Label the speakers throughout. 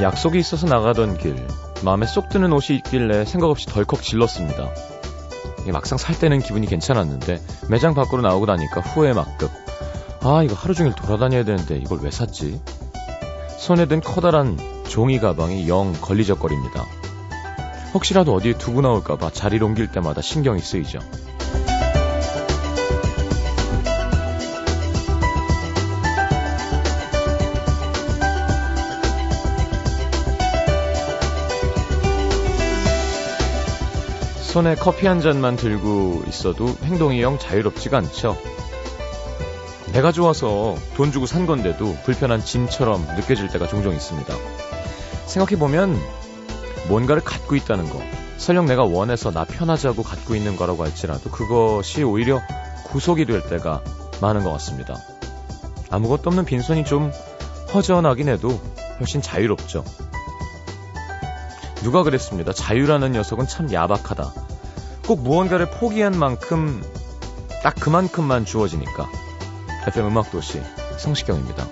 Speaker 1: 약속이 있어서 나가던 길, 마음에 쏙 드는 옷이 있길래 생각 없이 덜컥 질렀습니다. 이게 막상 살 때는 기분이 괜찮았는데 매장 밖으로 나오고 나니까 후회 막급. 아, 이거 하루 종일 돌아다녀야 되는데 이걸 왜 샀지? 손에 든 커다란 종이 가방이 영 걸리적거립니다. 혹시라도 어디에 두고 나올까봐 자리를 옮길 때마다 신경이 쓰이죠. 손에 커피 한 잔만 들고 있어도 행동이 영 자유롭지가 않죠. 내가 좋아서 돈 주고 산 건데도 불편한 짐처럼 느껴질 때가 종종 있습니다. 생각해보면 뭔가를 갖고 있다는 거, 설령 내가 원해서 나 편하자고 갖고 있는 거라고 할지라도 그것이 오히려 구속이 될 때가 많은 것 같습니다. 아무것도 없는 빈손이 좀 허전하긴 해도 훨씬 자유롭죠. 누가 그랬습니다. 자유라는 녀석은 참 야박하다. 꼭 무언가를 포기한 만큼 딱 그만큼만 주어지니까. FM 음악도시 성시경입니다.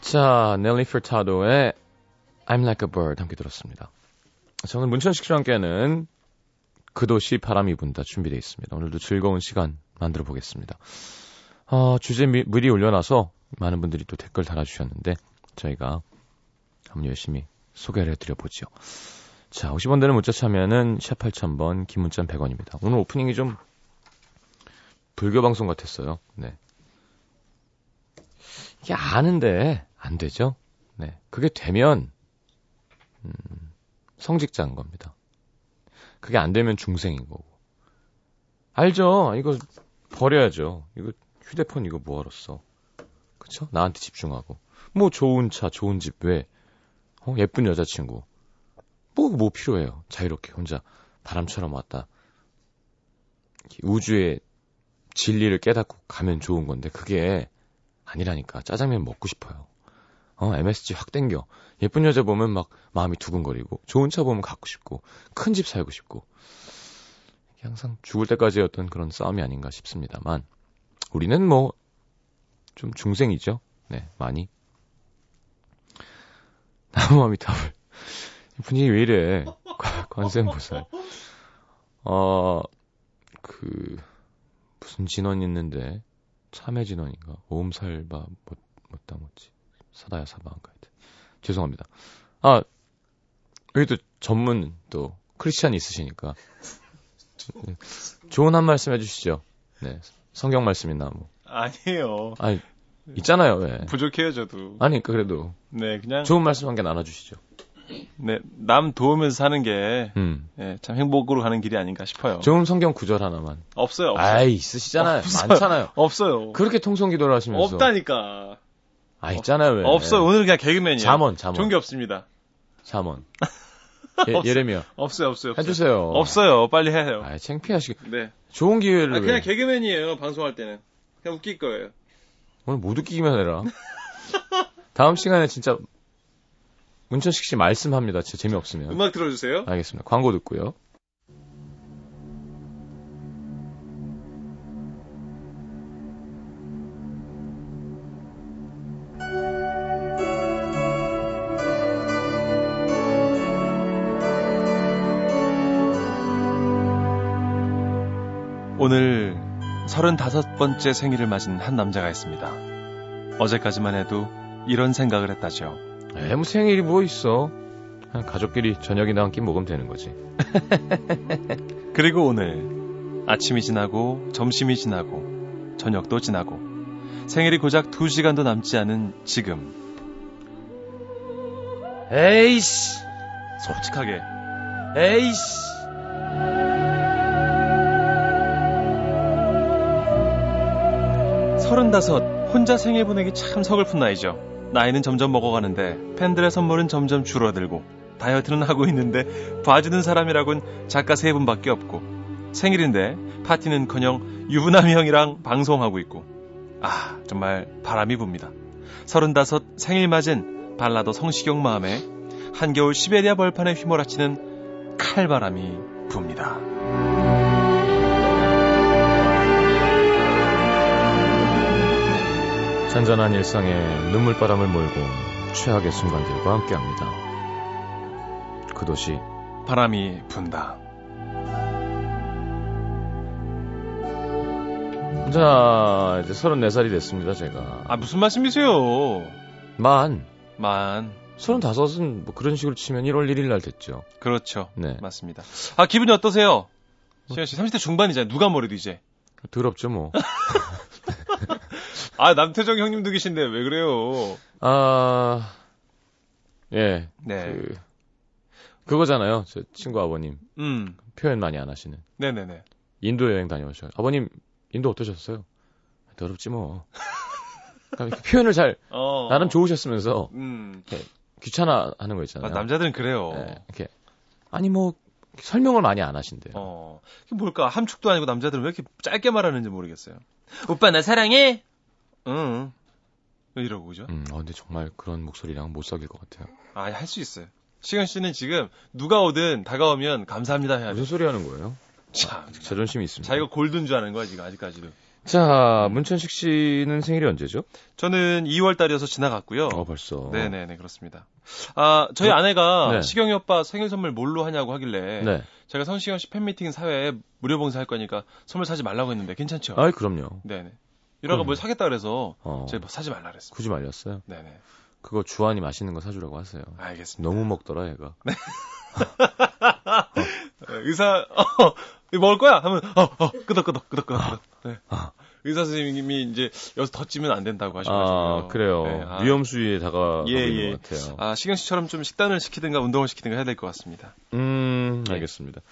Speaker 1: 자, 넬리 프타도의 I'm Like a Bird 함께 들었습니다. 저는 문천식 씨와 함께하는 그 도시 바람이 분다 준비되어 있습니다. 오늘도 즐거운 시간 만들어 보겠습니다. 아, 주제 미, 미리 올려놔서 많은 분들이 또 댓글 달아주셨는데 저희가 한번 열심히 소개를 해드려보죠. 자, 50원 되는 문자 참여는 샵 8000번, 긴 문자는 100원입니다. 오늘 오프닝이 좀 불교 방송 같았어요. 네. 이게 아는데 안 되죠. 네, 그게 되면 음, 성직자인 겁니다. 그게 안 되면 중생인 거고. 알죠? 이거 버려야죠. 이거 휴대폰 이거 뭐하러 써? 그쵸? 나한테 집중하고. 뭐 좋은 차, 좋은 집 왜? 어, 예쁜 여자친구. 뭐 뭐 필요해요? 자유롭게 혼자 바람처럼 왔다. 이렇게 우주의 진리를 깨닫고 가면 좋은 건데 그게 아니라니까. 짜장면 먹고 싶어요. 어, MSG 확 땡겨. 예쁜 여자 보면 막 마음이 두근거리고, 좋은 차 보면 갖고 싶고, 큰 집 살고 싶고. 이게 항상 죽을 때까지의 어떤 그런 싸움이 아닌가 싶습니다만, 우리는 뭐, 좀 중생이죠. 네, 많이. 나무아미타불. 분위기 왜 이래. 관세음보살. 어, 그, 무슨 진원이 있는데, 참외 진원인가 오음살바 못 못다 못지 사다야 사바한가 하여튼 죄송합니다 아 여기 또 전문 또 크리스찬이 있으시니까 네. 좋은 한 말씀 해주시죠 네 성경 말씀이나 뭐
Speaker 2: 아니에요
Speaker 1: 아니 있잖아요 왜
Speaker 2: 부족해요 저도
Speaker 1: 아니 그래도
Speaker 2: 네 그냥
Speaker 1: 좋은 말씀 한 개 나눠주시죠
Speaker 2: 네남 도우면서 사는 게참
Speaker 1: 음.
Speaker 2: 행복으로 가는 길이 아닌가 싶어요
Speaker 1: 좋은 성경 구절 하나만
Speaker 2: 없어요 없어요
Speaker 1: 아이 있으시잖아요
Speaker 2: 없어요.
Speaker 1: 많잖아요
Speaker 2: 없어요
Speaker 1: 그렇게 통성기도를 하시면서
Speaker 2: 없다니까
Speaker 1: 아 있잖아요 왜
Speaker 2: 없어요 오늘 그냥 개그맨이에요
Speaker 1: 잠언 잠언
Speaker 2: 좋은 게 없습니다
Speaker 1: 잠언
Speaker 2: 없어요.
Speaker 1: 예, 예레미야
Speaker 2: 없어요 없어요 없어요
Speaker 1: 해주세요
Speaker 2: 없어요 빨리 해요
Speaker 1: 아, 창피하시게.
Speaker 2: 네
Speaker 1: 좋은 기회를.
Speaker 2: 그렇죠. 아,
Speaker 1: 왜?
Speaker 2: 그냥 개그맨이에요 방송할 때는 그냥 웃길 거예요
Speaker 1: 오늘 못 웃기기만 해라. 다음 시간에 진짜 문천식 씨 말씀합니다. 진짜 재미없으면.
Speaker 2: 음악 들어주세요
Speaker 1: 알겠습니다. 광고 듣고요.
Speaker 2: 오늘 35번째 생일을 맞은 한 남자가 있습니다. 어제까지만 해도 이런 생각을 했다죠.
Speaker 1: 에무 생일이 뭐 있어. 그냥 가족끼리 저녁이나 한 끼 먹으면 되는 거지.
Speaker 2: 그리고 오늘 아침이 지나고 점심이 지나고 저녁도 지나고 생일이 고작 2시간도 남지 않은 지금
Speaker 1: 에이씨!
Speaker 2: 솔직하게
Speaker 1: 에이씨!
Speaker 2: 서른다섯 혼자 생일 보내기 참 서글픈 나이죠. 나이는 점점 먹어가는데 팬들의 선물은 점점 줄어들고 다이어트는 하고 있는데 봐주는 사람이라곤 작가 세 분밖에 없고 생일인데 파티는커녕 유부남이 형이랑 방송하고 있고 아 정말 바람이 붑니다. 서른다섯 생일 맞은 발라더 성시경 마음에 한겨울 시베리아 벌판에 휘몰아치는 칼바람이 붑니다.
Speaker 1: 잔잔한 일상에 눈물바람을 몰고 최악의 순간들과 함께합니다. 그 도시
Speaker 2: 바람이 분다.
Speaker 1: 자 이제 34살이 됐습니다 제가
Speaker 2: 아 무슨 말씀이세요?
Speaker 1: 만
Speaker 2: 만
Speaker 1: 35은 뭐 그런 식으로 치면 1월 1일 날 됐죠.
Speaker 2: 그렇죠.
Speaker 1: 네
Speaker 2: 맞습니다. 아 기분이 어떠세요? 시현 씨 30대 중반이잖아요. 누가 뭐래도 이제.
Speaker 1: 더럽죠 뭐.
Speaker 2: 아 남태정 형님도 계신데 왜 그래요?
Speaker 1: 아 예.
Speaker 2: 네.
Speaker 1: 그 그거잖아요. 저 친구 아버님
Speaker 2: 음.
Speaker 1: 표현 많이 안 하시는
Speaker 2: 네네네.
Speaker 1: 인도 여행 다녀오셔. 아버님 인도 어떠셨어요? 더럽지 뭐. 그러니까 이렇게 표현을 잘
Speaker 2: 어.
Speaker 1: 나름 좋으셨으면서
Speaker 2: 음.
Speaker 1: 귀찮아 하는 거
Speaker 2: 아,
Speaker 1: 있잖아요.
Speaker 2: 남자들은 그래요.
Speaker 1: 예, 이렇게 아니 뭐 설명을 많이 안 하신대요.
Speaker 2: 어. 이게 뭘까? 함축도 아니고 남자들은 왜 이렇게 짧게 말하는지 모르겠어요. 오빠 나 사랑해. 응. 왜 이러고 그죠?
Speaker 1: 음, 어, 근데 정말 그런 목소리랑 못 사귈 것 같아요.
Speaker 2: 아, 할 수 있어요. 시현 씨는 지금 누가 오든 다가오면 감사합니다 해야죠.
Speaker 1: 무슨 소리 하는 거예요?
Speaker 2: 참.
Speaker 1: 자존심이 있습니다.
Speaker 2: 네. 자기가 골든 줄 아는 거야, 지금 아직까지도.
Speaker 1: 자, 문천식 씨는 생일이 언제죠?
Speaker 2: 저는 2월 달이어서 지나갔고요.
Speaker 1: 어, 벌써.
Speaker 2: 네네네, 그렇습니다. 아, 저희 아내가
Speaker 1: 네.
Speaker 2: 시경이 오빠 생일 선물 뭘로 하냐고 하길래
Speaker 1: 네.
Speaker 2: 제가 성시경 씨 팬미팅 사회에 무료 봉사할 거니까 선물 사지 말라고 했는데 괜찮죠?
Speaker 1: 아이, 그럼요.
Speaker 2: 네네. 이러가 뭘 사겠다 그래서
Speaker 1: 음. 어,
Speaker 2: 제가 뭐 사지 말라 그랬습니다.
Speaker 1: 굳이 말렸어요.
Speaker 2: 네네.
Speaker 1: 그거 주한이 맛있는 거 사주라고 하세요.
Speaker 2: 알겠습니다.
Speaker 1: 너무 먹더라, 얘가.
Speaker 2: 네,
Speaker 1: 음.
Speaker 2: 의사, 어, 이거 먹을 거야? 하면, 어, 어, 끄덕끄덕, 끄덕끄덕, 끄덕. 네.
Speaker 1: 아.
Speaker 2: 의사 선생님이 이제 여기서 더 찌면 안 된다고 하셔가지고요.
Speaker 1: 아, 그래요.
Speaker 2: 네, 아,
Speaker 1: 위험수위에 다가가고
Speaker 2: 예,
Speaker 1: 있는
Speaker 2: 예.
Speaker 1: 것 같아요.
Speaker 2: 아, 시경 씨처럼 좀 식단을 시키든가 운동을 시키든가 해야 될 것 같습니다.
Speaker 1: 음,
Speaker 2: 예.
Speaker 1: 알겠습니다.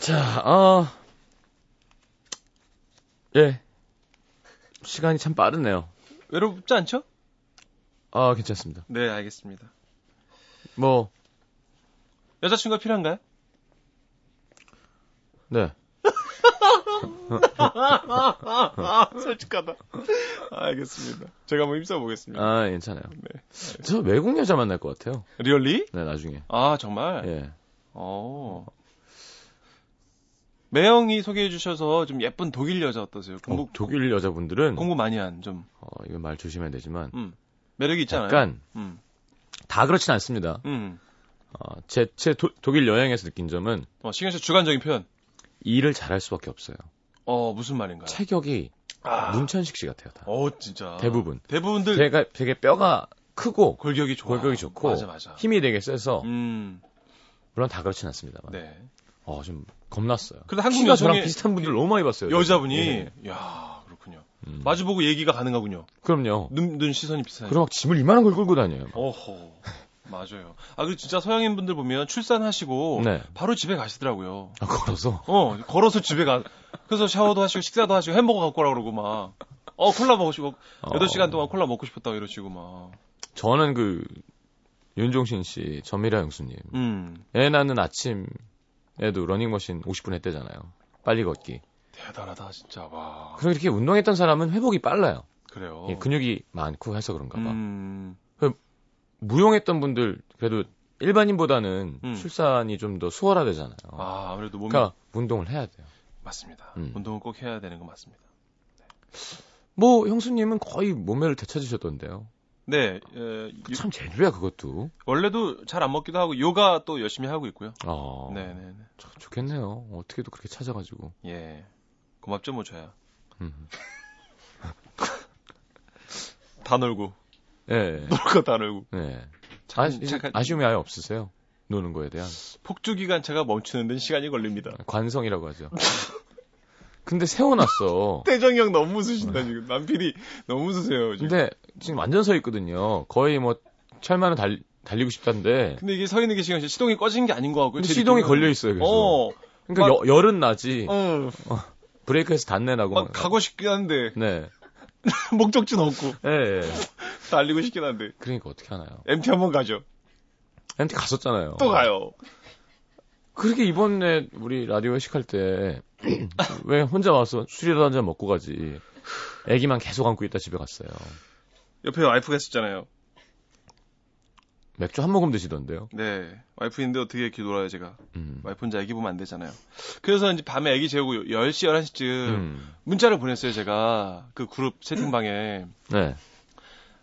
Speaker 1: 자, 아, 예. 시간이 참 빠르네요.
Speaker 2: 외롭지 않죠?
Speaker 1: 아, 괜찮습니다.
Speaker 2: 네, 알겠습니다.
Speaker 1: 뭐,
Speaker 2: 여자친구가 필요한가요?
Speaker 1: 네.
Speaker 2: 아, 솔직하다. 알겠습니다. 제가 한번 힘써보겠습니다.
Speaker 1: 아, 괜찮아요.
Speaker 2: 네.
Speaker 1: 저 외국 여자 만날 것 같아요.
Speaker 2: 리얼리?
Speaker 1: 네, 나중에.
Speaker 2: 아, 정말?
Speaker 1: 예.
Speaker 2: 어. 매영이 소개해 주셔서 좀 예쁜 독일 여자 어떠세요? 공부,
Speaker 1: 어, 네. 독일 여자분들은,
Speaker 2: 공부 많이 한 좀
Speaker 1: 어, 이건 말 조심해야 되지만,
Speaker 2: 매력이 있잖아요.
Speaker 1: 약간,
Speaker 2: 음.
Speaker 1: 다 그렇진 않습니다.
Speaker 2: 음.
Speaker 1: 어, 제, 제 도- 독일 여행에서 느낀 점은,
Speaker 2: 어, 신경 씨 주관적인 표현.
Speaker 1: 일을 잘할 수 밖에 없어요.
Speaker 2: 어, 무슨 말인가요?
Speaker 1: 체격이
Speaker 2: 아. 음.
Speaker 1: 문천식 씨 같아요, 다.
Speaker 2: 어, 진짜.
Speaker 1: 대부분.
Speaker 2: 대부분들
Speaker 1: 제가 되게 뼈가 크고,
Speaker 2: 골격이 좋아.
Speaker 1: 골격이 좋고
Speaker 2: 맞아, 맞아.
Speaker 1: 힘이 되게 세서
Speaker 2: 음.
Speaker 1: 물론 다 그렇진 않습니다만
Speaker 2: 네.
Speaker 1: 어, 좀 겁났어요.
Speaker 2: 그래도 한국
Speaker 1: 키가 저랑
Speaker 2: 여성의
Speaker 1: 비슷한 분들 너무 많이 봤어요.
Speaker 2: 여자분이
Speaker 1: 예.
Speaker 2: 야, 그렇군요.
Speaker 1: 음.
Speaker 2: 마주보고 얘기가 가능하군요.
Speaker 1: 그럼요.
Speaker 2: 눈, 눈 시선이 비슷하니까.
Speaker 1: 그럼 막 짐을 이만한 걸 끌고 다녀요. 막.
Speaker 2: 어허. 맞아요. 아, 그리고 진짜 서양인 분들 보면 출산하시고
Speaker 1: 네.
Speaker 2: 바로 집에 가시더라고요.
Speaker 1: 아, 걸어서
Speaker 2: 어, 걸어서 집에 가. 그래서 샤워도 하시고 식사도 하시고 햄버거 갖고 오라 그러고 막. 어, 콜라 먹으시고
Speaker 1: 어,
Speaker 2: 8시간 동안 콜라 먹고 싶었다고 이러시고 막.
Speaker 1: 저는 그 윤종신 씨, 전미라 영수님.
Speaker 2: 음.
Speaker 1: 애 낳는 아침에도 러닝머신 50분 했대잖아요. 빨리 걷기.
Speaker 2: 대단하다 진짜. 와.
Speaker 1: 그래서 이렇게 운동했던 사람은 회복이 빨라요.
Speaker 2: 그래요.
Speaker 1: 예, 근육이 많고 해서 그런가 봐.
Speaker 2: 음.
Speaker 1: 무용했던 분들 그래도 일반인보다는
Speaker 2: 음.
Speaker 1: 출산이 좀 더 수월하대잖아요.
Speaker 2: 아, 아무래도 몸이
Speaker 1: 그러니까 운동을 해야 돼요.
Speaker 2: 맞습니다.
Speaker 1: 음.
Speaker 2: 운동을 꼭 해야 되는 거 맞습니다.
Speaker 1: 뭐 형수님은 거의 몸매를 되찾으셨던데요.
Speaker 2: 네. 에, 요-
Speaker 1: 그 참 재주야 그것도.
Speaker 2: 원래도 잘 안 먹기도 하고 요가 또 열심히 하고 있고요.
Speaker 1: 어,
Speaker 2: 네, 네, 네.
Speaker 1: 참 좋겠네요. 어떻게도 그렇게 찾아가지고.
Speaker 2: 예. 고맙죠, 뭐 저야.
Speaker 1: 음.
Speaker 2: 다 놀고.
Speaker 1: 예.
Speaker 2: 놀 거 다 놀고.
Speaker 1: 네.
Speaker 2: 착한-
Speaker 1: 아, 이제
Speaker 2: 착한-
Speaker 1: 아쉬움이 아예 없으세요. 노는 거에 대한
Speaker 2: 폭주 기관차가 멈추는 데는 시간이 걸립니다.
Speaker 1: 관성이라고 하죠. 근데 세워놨어.
Speaker 2: 태정이 형 너무 웃으신다 지금. 남필이 너무 웃으세요 지금.
Speaker 1: 네. 근데 지금 완전 서 있거든요. 거의 뭐 철만은 달, 달리고 싶다는데
Speaker 2: 근데 이게 서 있는 게 시간 시동이 꺼진 게 아닌 것 같고요.
Speaker 1: 근데
Speaker 2: 제
Speaker 1: 시동이
Speaker 2: 느낌으로는.
Speaker 1: 걸려 있어요. 그래서
Speaker 2: 어,
Speaker 1: 그러니까 열, 열은 나지
Speaker 2: 어,
Speaker 1: 브레이크에서 단내 나고
Speaker 2: 막 가고 싶긴 한데
Speaker 1: 네.
Speaker 2: 목적지는 없고
Speaker 1: 예, 예.
Speaker 2: 달리고 싶긴 한데
Speaker 1: 그러니까 어떻게 하나요?
Speaker 2: MT 한번 가죠.
Speaker 1: MT 갔었잖아요.
Speaker 2: 또 가요.
Speaker 1: 그렇게 이번에 우리 라디오 회식할 때, 왜 혼자 와서 술이라도 한 잔 먹고 가지. 애기만 계속 안고 있다 집에 갔어요.
Speaker 2: 옆에 와이프가 있었잖아요.
Speaker 1: 맥주 한 모금 드시던데요.
Speaker 2: 네, 와이프인데 어떻게 이렇게 놀아요 제가.
Speaker 1: 음.
Speaker 2: 와이프 혼자 애기 보면 안 되잖아요. 그래서 이제 밤에 애기 재우고 10시, 11시쯤
Speaker 1: 음.
Speaker 2: 문자를 보냈어요 제가. 그 그룹 채팅방에.
Speaker 1: 네.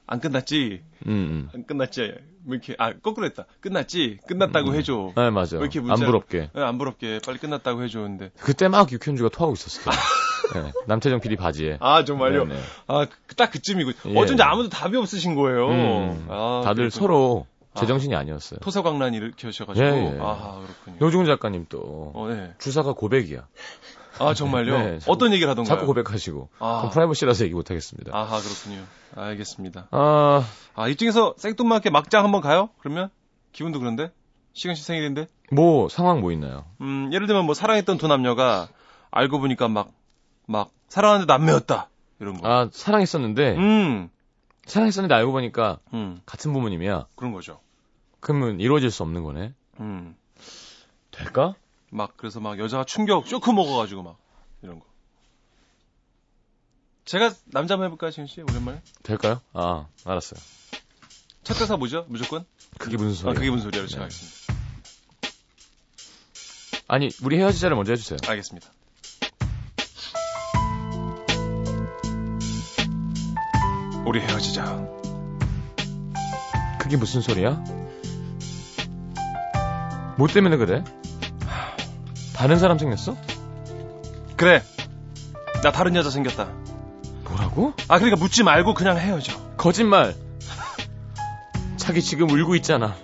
Speaker 2: 안 끝났지?
Speaker 1: 음, 음.
Speaker 2: 안 끝났지? 뭐 이렇게, 아, 거꾸로 했다. 끝났지? 끝났다고 해줘.
Speaker 1: 네, 맞아요.
Speaker 2: 왜 이렇게
Speaker 1: 안
Speaker 2: 문자-
Speaker 1: 부럽게.
Speaker 2: 예, 안 부럽게 빨리 끝났다고 해줘. 근데.
Speaker 1: 그때 막 육현주가 토하고 있었어요. 네, 남태정 PD 바지에.
Speaker 2: 아, 정말요?
Speaker 1: 네, 네.
Speaker 2: 아, 그- 딱 그쯤이고.
Speaker 1: 예.
Speaker 2: 어쩐지 아무도 답이 없으신 거예요.
Speaker 1: 음,
Speaker 2: 아,
Speaker 1: 다들
Speaker 2: 그렇군요.
Speaker 1: 서로 제정신이 아니었어요.
Speaker 2: 토사광란 일으켜셔가지고.
Speaker 1: 예, 예.
Speaker 2: 아, 그렇군요.
Speaker 1: 노중훈 작가님 또
Speaker 2: 어, 네.
Speaker 1: 주사가 고백이야.
Speaker 2: 아, 정말요?
Speaker 1: 네, 자꾸-
Speaker 2: 어떤 얘기를 하던가요?
Speaker 1: 자꾸 고백하시고.
Speaker 2: 아.
Speaker 1: 그럼 프라이버시라서 얘기 못하겠습니다.
Speaker 2: 아하, 그렇군요. 알겠습니다.
Speaker 1: 아,
Speaker 2: 아, 이쪽에서 생뚱맞게 막장 한번 가요? 그러면? 기분도 그런데? 시간 씨 생일인데?
Speaker 1: 뭐 상황 뭐 있나요?
Speaker 2: 음, 예를 들면 뭐 사랑했던 두 남녀가 알고 보니까 막, 막, 사랑하는데 남매였다. 이런 거.
Speaker 1: 아, 사랑했었는데
Speaker 2: 뭐. 음,
Speaker 1: 사랑했었는데 알고 보니까
Speaker 2: 음,
Speaker 1: 같은 부모님이야.
Speaker 2: 그런 거죠.
Speaker 1: 그러면 이루어질 수 없는 거네.
Speaker 2: 음,
Speaker 1: 될까?
Speaker 2: 막, 그래서 막 여자가 충격 쇼크 먹어가지고 막, 이런 거. 제가 남자 한번 해볼까요, 지금 씨? 오랜만에?
Speaker 1: 될까요? 아, 알았어요.
Speaker 2: 첫 대사 뭐죠? 무조건?
Speaker 1: 그게 무슨 소리야?
Speaker 2: 아, 그게 무슨 소리야? 제가
Speaker 1: 네.
Speaker 2: 하겠습니다.
Speaker 1: 아니, 우리 헤어지자를 먼저 해주세요.
Speaker 2: 알겠습니다. 우리 헤어지자.
Speaker 1: 그게 무슨 소리야? 뭐 때문에 그래? 다른 사람 생겼어?
Speaker 2: 그래. 나 다른 여자 생겼다.
Speaker 1: 뭐라고?
Speaker 2: 아, 그러니까 묻지 말고 그냥 헤어져.
Speaker 1: 거짓말. 자기 지금 울고 있잖아.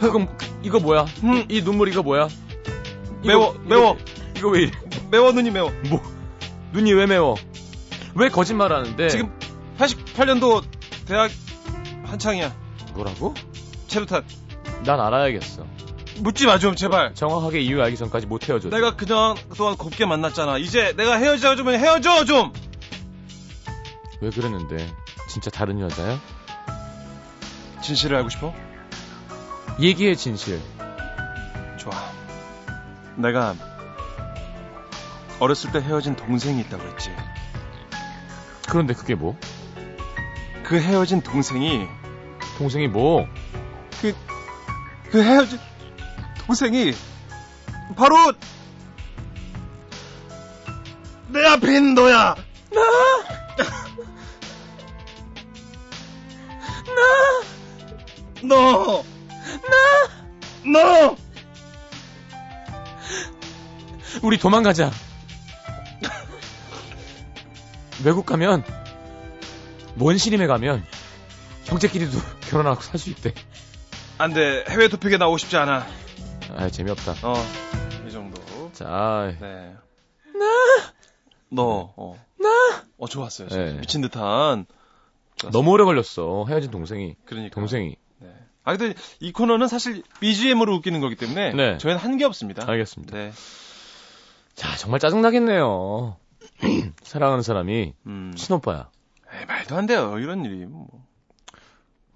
Speaker 1: 그럼 이거 뭐야?
Speaker 2: 음.
Speaker 1: 이 눈물 이거 뭐야? 이거-
Speaker 2: 매워,
Speaker 1: 이거-
Speaker 2: 매워.
Speaker 1: 이거 왜 이래?
Speaker 2: 매워, 눈이 매워.
Speaker 1: 뭐 눈이 왜 매워? 왜 거짓말하는데?
Speaker 2: 지금 88년도 대학 한창이야.
Speaker 1: 뭐라고?
Speaker 2: 체류탄.
Speaker 1: 난 알아야겠어.
Speaker 2: 묻지 마 좀 제발.
Speaker 1: 정확하게 이유 알기 전까지 못 헤어져.
Speaker 2: 내가 그냥 그동안 곱게 만났잖아. 이제 내가 헤어지자 좀 헤어져 좀.
Speaker 1: 왜 그랬는데? 진짜 다른 여자야?
Speaker 2: 진실을 알고 싶어?
Speaker 1: 얘기해 진실.
Speaker 2: 좋아. 내가 어렸을 때 헤어진 동생이 있다고 그랬지.
Speaker 1: 그런데 그게 뭐?
Speaker 2: 그 헤어진 동생이
Speaker 1: 동생이 뭐?
Speaker 2: 그 헤어진 동생이 바로 내 앞인 너야. 나, 나, 너, 나, 너.
Speaker 1: 우리 도망가자. 외국 가면 원시림에 가면 형제끼리도 결혼하고 살 수 있대.
Speaker 2: 안돼 해외 토픽에 나오고 싶지 않아.
Speaker 1: 아 재미없다.
Speaker 2: 어 이 정도.
Speaker 1: 자,
Speaker 2: 네. 나, 너, 어. 나. 어 좋았어요. 진짜.
Speaker 1: 네.
Speaker 2: 미친 듯한.
Speaker 1: 너무 오래 걸렸어. 헤어진 동생이.
Speaker 2: 그러니까.
Speaker 1: 동생이.
Speaker 2: 네. 아 근데 이 코너는 사실 BGM으로 웃기는 거기 때문에
Speaker 1: 네.
Speaker 2: 저희는 한 게 없습니다.
Speaker 1: 알겠습니다.
Speaker 2: 네.
Speaker 1: 자, 정말 짜증나겠네요. 사랑하는 사람이
Speaker 2: 음.
Speaker 1: 친오빠야.
Speaker 2: 에이, 말도 안 돼요. 이런 일이 뭐.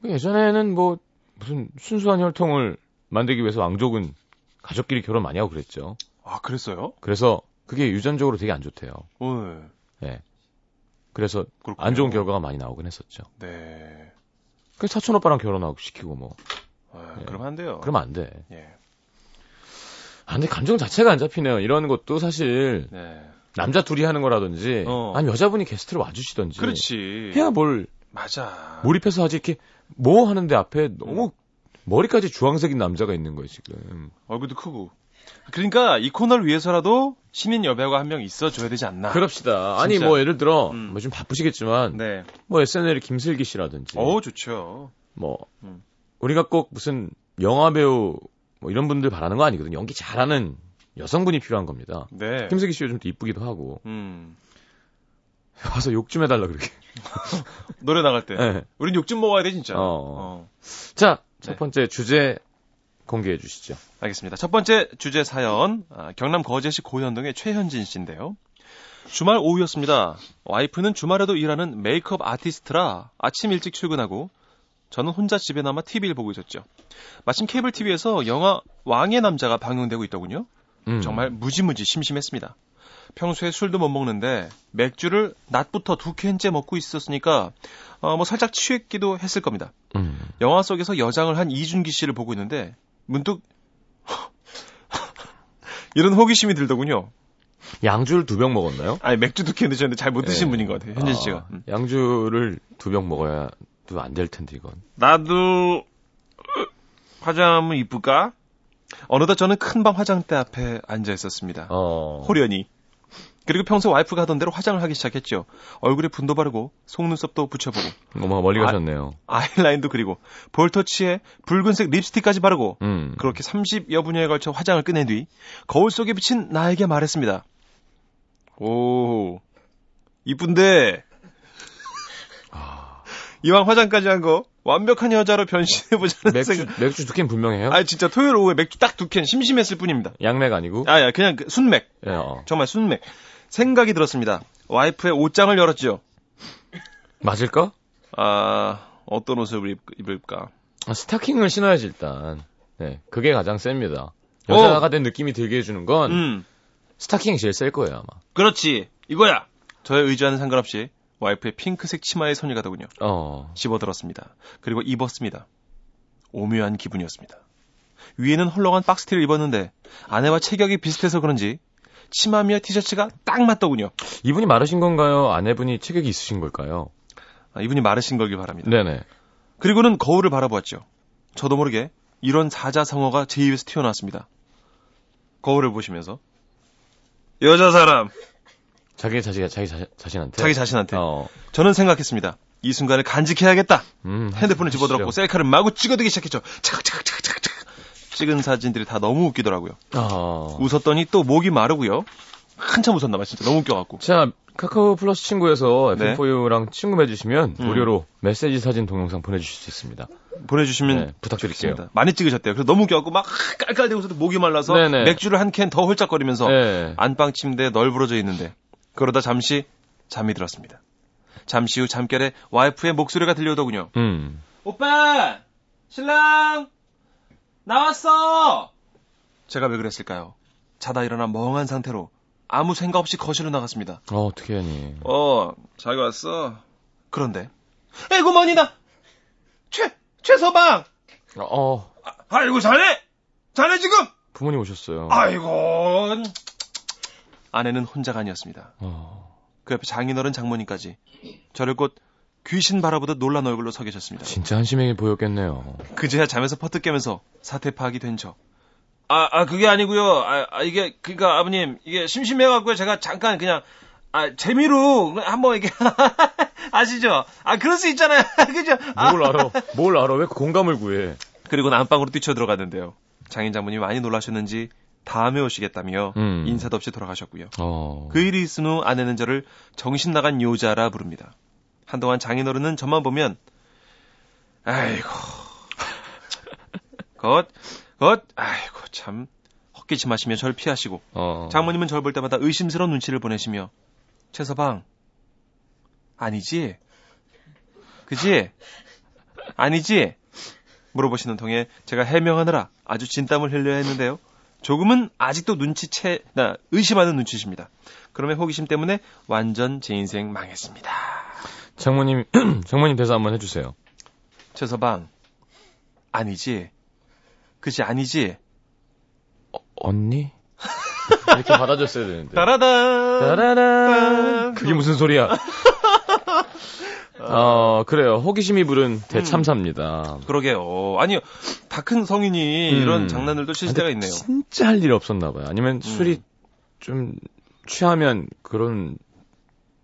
Speaker 1: 예전에는 뭐 무슨 순수한 혈통을 만들기 위해서 왕족은 가족끼리 결혼 많이 하고 그랬죠.
Speaker 2: 아 그랬어요?
Speaker 1: 그래서 그게 유전적으로 되게 안 좋대요. 예.
Speaker 2: 오,
Speaker 1: 그래서
Speaker 2: 그렇군요.
Speaker 1: 안 좋은 결과가 많이 나오긴 했었죠.
Speaker 2: 네.
Speaker 1: 그 사촌 오빠랑 결혼하고 시키고 뭐
Speaker 2: 아,
Speaker 1: 네.
Speaker 2: 그러면 안 돼요.
Speaker 1: 그러면 안 돼.
Speaker 2: 예.
Speaker 1: 아, 근데 감정 자체가 안 잡히네요. 이런 것도 사실
Speaker 2: 네.
Speaker 1: 남자 둘이 하는 거라든지
Speaker 2: 어.
Speaker 1: 아니 여자분이 게스트로 와주시든지
Speaker 2: 그렇지.
Speaker 1: 해야 뭘
Speaker 2: 맞아.
Speaker 1: 몰입해서 하지 이렇게 뭐 하는데 앞에 너무 머리까지 주황색인 남자가 있는 거예요 지금.
Speaker 2: 얼굴도 크고. 그러니까 이 코너를 위해서라도 신인 여배우가 한 명 있어줘야 되지 않나.
Speaker 1: 그럽시다. 아니
Speaker 2: 진짜.
Speaker 1: 뭐 예를 들어
Speaker 2: 음.
Speaker 1: 뭐 좀 바쁘시겠지만
Speaker 2: 네.
Speaker 1: 뭐 SNL 의 김슬기 씨라든지
Speaker 2: 어우 좋죠.
Speaker 1: 뭐
Speaker 2: 음.
Speaker 1: 우리가 꼭 무슨 영화 배우 뭐 이런 분들 바라는 거 아니거든요. 연기 잘하는 여성분이 필요한 겁니다.
Speaker 2: 네.
Speaker 1: 김슬기 씨 요즘 또 이쁘기도 하고
Speaker 2: 음.
Speaker 1: 와서 욕 좀 해달라 그러게.
Speaker 2: 노래 나갈 때.
Speaker 1: 네.
Speaker 2: 우린 욕 좀 먹어야 돼 진짜.
Speaker 1: 어.
Speaker 2: 어.
Speaker 1: 자, 첫
Speaker 2: 네.
Speaker 1: 번째 주제 공개해 주시죠.
Speaker 2: 알겠습니다. 첫 번째 주제 사연, 아, 경남 거제시 고현동의 최현진 씨인데요. 주말 오후였습니다. 와이프는 주말에도 일하는 메이크업 아티스트라 아침 일찍 출근하고 저는 혼자 집에 남아 TV를 보고 있었죠. 마침 케이블 TV에서 영화 왕의 남자가 방영되고 있더군요.
Speaker 1: 음.
Speaker 2: 정말 무지무지 심심했습니다. 평소에 술도 못 먹는데 맥주를 낮부터 두 캔째 먹고 있었으니까 어, 뭐 살짝 취했기도 했을 겁니다.
Speaker 1: 음.
Speaker 2: 영화 속에서 여장을 한 이준기 씨를 보고 있는데 문득 이런 호기심이 들더군요.
Speaker 1: 양주를 두 병 먹었나요?
Speaker 2: 아니 맥주 두 캔 드셨는데 잘 못 드신
Speaker 1: 예.
Speaker 2: 분인 것 같아요. 현진 씨가.
Speaker 1: 아,
Speaker 2: 음.
Speaker 1: 양주를 두 병 먹어야 안 될 텐데 이건.
Speaker 2: 나도 화장하면 이쁠까? 어느덧 저는 큰 방 화장대 앞에 앉아 있었습니다.
Speaker 1: 어.
Speaker 2: 호련히. 그리고 평소 와이프가 하던 대로 화장을 하기 시작했죠. 얼굴에 분도 바르고 속눈썹도 붙여보고
Speaker 1: 어머 뭐 멀리
Speaker 2: 아.
Speaker 1: 가셨네요.
Speaker 2: 아이라인도 그리고 볼터치에 붉은색 립스틱까지 바르고
Speaker 1: 음.
Speaker 2: 그렇게 30여 분여에 걸쳐 화장을 끝낸 뒤 거울 속에 비친 나에게 말했습니다. 오, 이쁜데.
Speaker 1: 아.
Speaker 2: 이왕 화장까지 한 거 완벽한 여자로 변신해보자는
Speaker 1: 맥주
Speaker 2: 생각.
Speaker 1: 맥주 두 캔 분명해요.
Speaker 2: 아 진짜 토요일 오후에 맥주 딱 두 캔 심심했을 뿐입니다.
Speaker 1: 양맥 아니고?
Speaker 2: 아야 그냥 그 순맥
Speaker 1: 예. 어.
Speaker 2: 정말 순맥 생각이 들었습니다. 와이프의 옷장을 열었죠.
Speaker 1: 맞을까?
Speaker 2: 아 어떤 옷을 입- 입을까?
Speaker 1: 아, 스타킹을 신어야지 일단. 네, 그게 가장 셉니다. 여자가 된 느낌이 들게 해주는 건
Speaker 2: 음
Speaker 1: 스타킹이 제일 셀 거예요 아마.
Speaker 2: 그렇지 이거야. 저의 의지와는 상관없이 와이프의 핑크색 치마에 손이 가더군요.
Speaker 1: 어.
Speaker 2: 집어들었습니다. 그리고 입었습니다. 오묘한 기분이었습니다. 위에는 헐렁한 박스티를 입었는데 아내와 체격이 비슷해서 그런지 치마며 티셔츠가 딱 맞더군요.
Speaker 1: 이분이 마르신 건가요? 아내분이 체격이 있으신 걸까요?
Speaker 2: 아, 이분이 마르신 걸길 바랍니다.
Speaker 1: 네네.
Speaker 2: 그리고는 거울을 바라보았죠. 저도 모르게 이런 사자성어가 제 입에서 튀어나왔습니다. 거울을 보시면서 여자 사람
Speaker 1: 자기 자신 자기 자, 자신한테.
Speaker 2: 자기 자신한테
Speaker 1: 네. 어.
Speaker 2: 저는 생각했습니다. 이 순간을 간직해야겠다.
Speaker 1: 음.
Speaker 2: 핸드폰을
Speaker 1: 하시죠.
Speaker 2: 집어들었고 셀카를 마구 찍어대기 시작했죠. 차각차각차각차각 찍은 사진들이 다 너무 웃기더라고요.
Speaker 1: 어.
Speaker 2: 웃었더니 또 목이 마르고요. 한참 웃었나 봐 진짜 너무 웃겨갖고.
Speaker 1: 자, 카카오 플러스 친구에서
Speaker 2: 네.
Speaker 1: FM4U랑 친구 맺으시면
Speaker 2: 음.
Speaker 1: 무료로 메시지 사진 동영상 보내주실 수 있습니다.
Speaker 2: 보내주시면
Speaker 1: 네, 부탁드릴게요.
Speaker 2: 좋겠습니다. 많이 찍으셨대요. 그래서 너무 웃겨갖고 막 깔깔대고 웃어도 목이 말라서
Speaker 1: 네네.
Speaker 2: 맥주를 한 캔 더 홀짝거리면서
Speaker 1: 네.
Speaker 2: 안방 침대에 널브러져 있는데 그러다 잠시 잠이 들었습니다. 잠시 후 잠결에 와이프의 목소리가 들려오더군요.
Speaker 1: 음.
Speaker 2: 오빠! 신랑! 나왔어! 제가 왜 그랬을까요? 자다 일어나 멍한 상태로 아무 생각 없이 거실로 나갔습니다.
Speaker 1: 어, 어떻게 하니.
Speaker 2: 어, 자기 왔어. 그런데, 에고머니나! 최, 최서방!
Speaker 1: 어, 어,
Speaker 2: 아, 아이고, 자네! 자네 지금!
Speaker 1: 부모님 오셨어요.
Speaker 2: 아이고! 아내는 혼자가 아니었습니다.
Speaker 1: 어,
Speaker 2: 그 옆에 장인어른 장모님까지 저를 곧 귀신 바라보듯 놀란 얼굴로 서 계셨습니다.
Speaker 1: 진짜 한심해 보였겠네요.
Speaker 2: 그제야 잠에서 퍼뜩 깨면서 사태 파악이 된 저. 아, 아 그게 아니고요. 아, 아, 이게 그러니까 아버님 이게 심심해갖고요. 제가 잠깐 그냥 아 재미로 한번 이게 아시죠? 아 그럴 수 있잖아요. 그죠? 아.
Speaker 1: 뭘 알아? 뭘 알아? 왜그 공감을 구해?
Speaker 2: 그리고 안방으로 뛰쳐 들어갔는데요. 장인 장모님 많이 놀라셨는지 다음에 오시겠다며
Speaker 1: 음.
Speaker 2: 인사도 없이 돌아가셨고요.
Speaker 1: 어.
Speaker 2: 그 일이 있은 후 아내는 저를 정신 나간 요자라 부릅니다. 한동안 장인어른은 저만 보면 아이고 겉, 겉, 아이고 참 헛기침하시며 절 피하시고
Speaker 1: 어.
Speaker 2: 장모님은 절 볼 때마다 의심스러운 눈치를 보내시며 최서방 아니지 그지 아니지 물어보시는 통에 제가 해명하느라 아주 진땀을 흘려야 했는데요 조금은 아직도 눈치채 나 의심하는 눈치십니다 그러면 호기심 때문에 완전 제 인생 망했습니다
Speaker 1: 장모님, 장모님 대사 한번 해주세요.
Speaker 2: 최서방 아니지 그지 아니지
Speaker 1: 언니? 이렇게 받아줬어야 되는데.
Speaker 2: 따라다
Speaker 1: 따라란. 그게 무슨 소리야? 어, 그래요. 호기심이 부른 대참사입니다.
Speaker 2: 그러게요. 아니요. 다 큰 성인이
Speaker 1: 음.
Speaker 2: 이런 장난들도 칠
Speaker 1: 근데
Speaker 2: 때가 있네요. 음.
Speaker 1: 진짜 할 일 없었나 봐요. 아니면 술이 좀 취하면 그런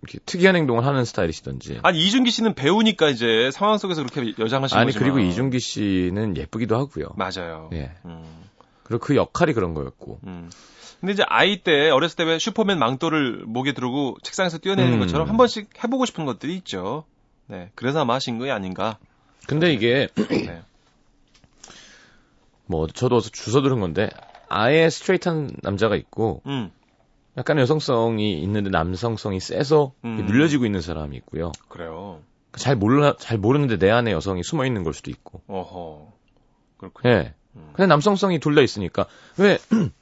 Speaker 1: 이렇게 특이한 행동을 하는 스타일이시던지.
Speaker 2: 아니 이준기 씨는 배우니까 이제 상황 속에서 그렇게 여장하시는
Speaker 1: 아니
Speaker 2: 거지만.
Speaker 1: 그리고 이준기 씨는 예쁘기도 하고요.
Speaker 2: 맞아요.
Speaker 1: 예.
Speaker 2: 음,
Speaker 1: 그리고 그 역할이 그런 거였고.
Speaker 2: 음. 근데 이제 아이 때 어렸을 때 왜 슈퍼맨 망토를 목에 두르고 책상에서 뛰어내리는
Speaker 1: 음.
Speaker 2: 것처럼 한 번씩 해보고 싶은 것들이 있죠. 네. 그래서 아마 하신 거 아닌가.
Speaker 1: 근데 이게
Speaker 2: 네.
Speaker 1: 뭐 저도 어디서 주워 들은 건데 아예 스트레이트한 남자가 있고
Speaker 2: 음.
Speaker 1: 약간 여성성이 있는데 남성성이 세서
Speaker 2: 음.
Speaker 1: 눌려지고 있는 사람이 있고요. 그러니까
Speaker 2: 그래요.
Speaker 1: 잘 몰라 잘 모르는데 내 안에 여성이 숨어 있는 걸 수도 있고.
Speaker 2: 어허. 그렇군요.
Speaker 1: 예.
Speaker 2: 음.
Speaker 1: 근데 남성성이 둘 다 있으니까 왜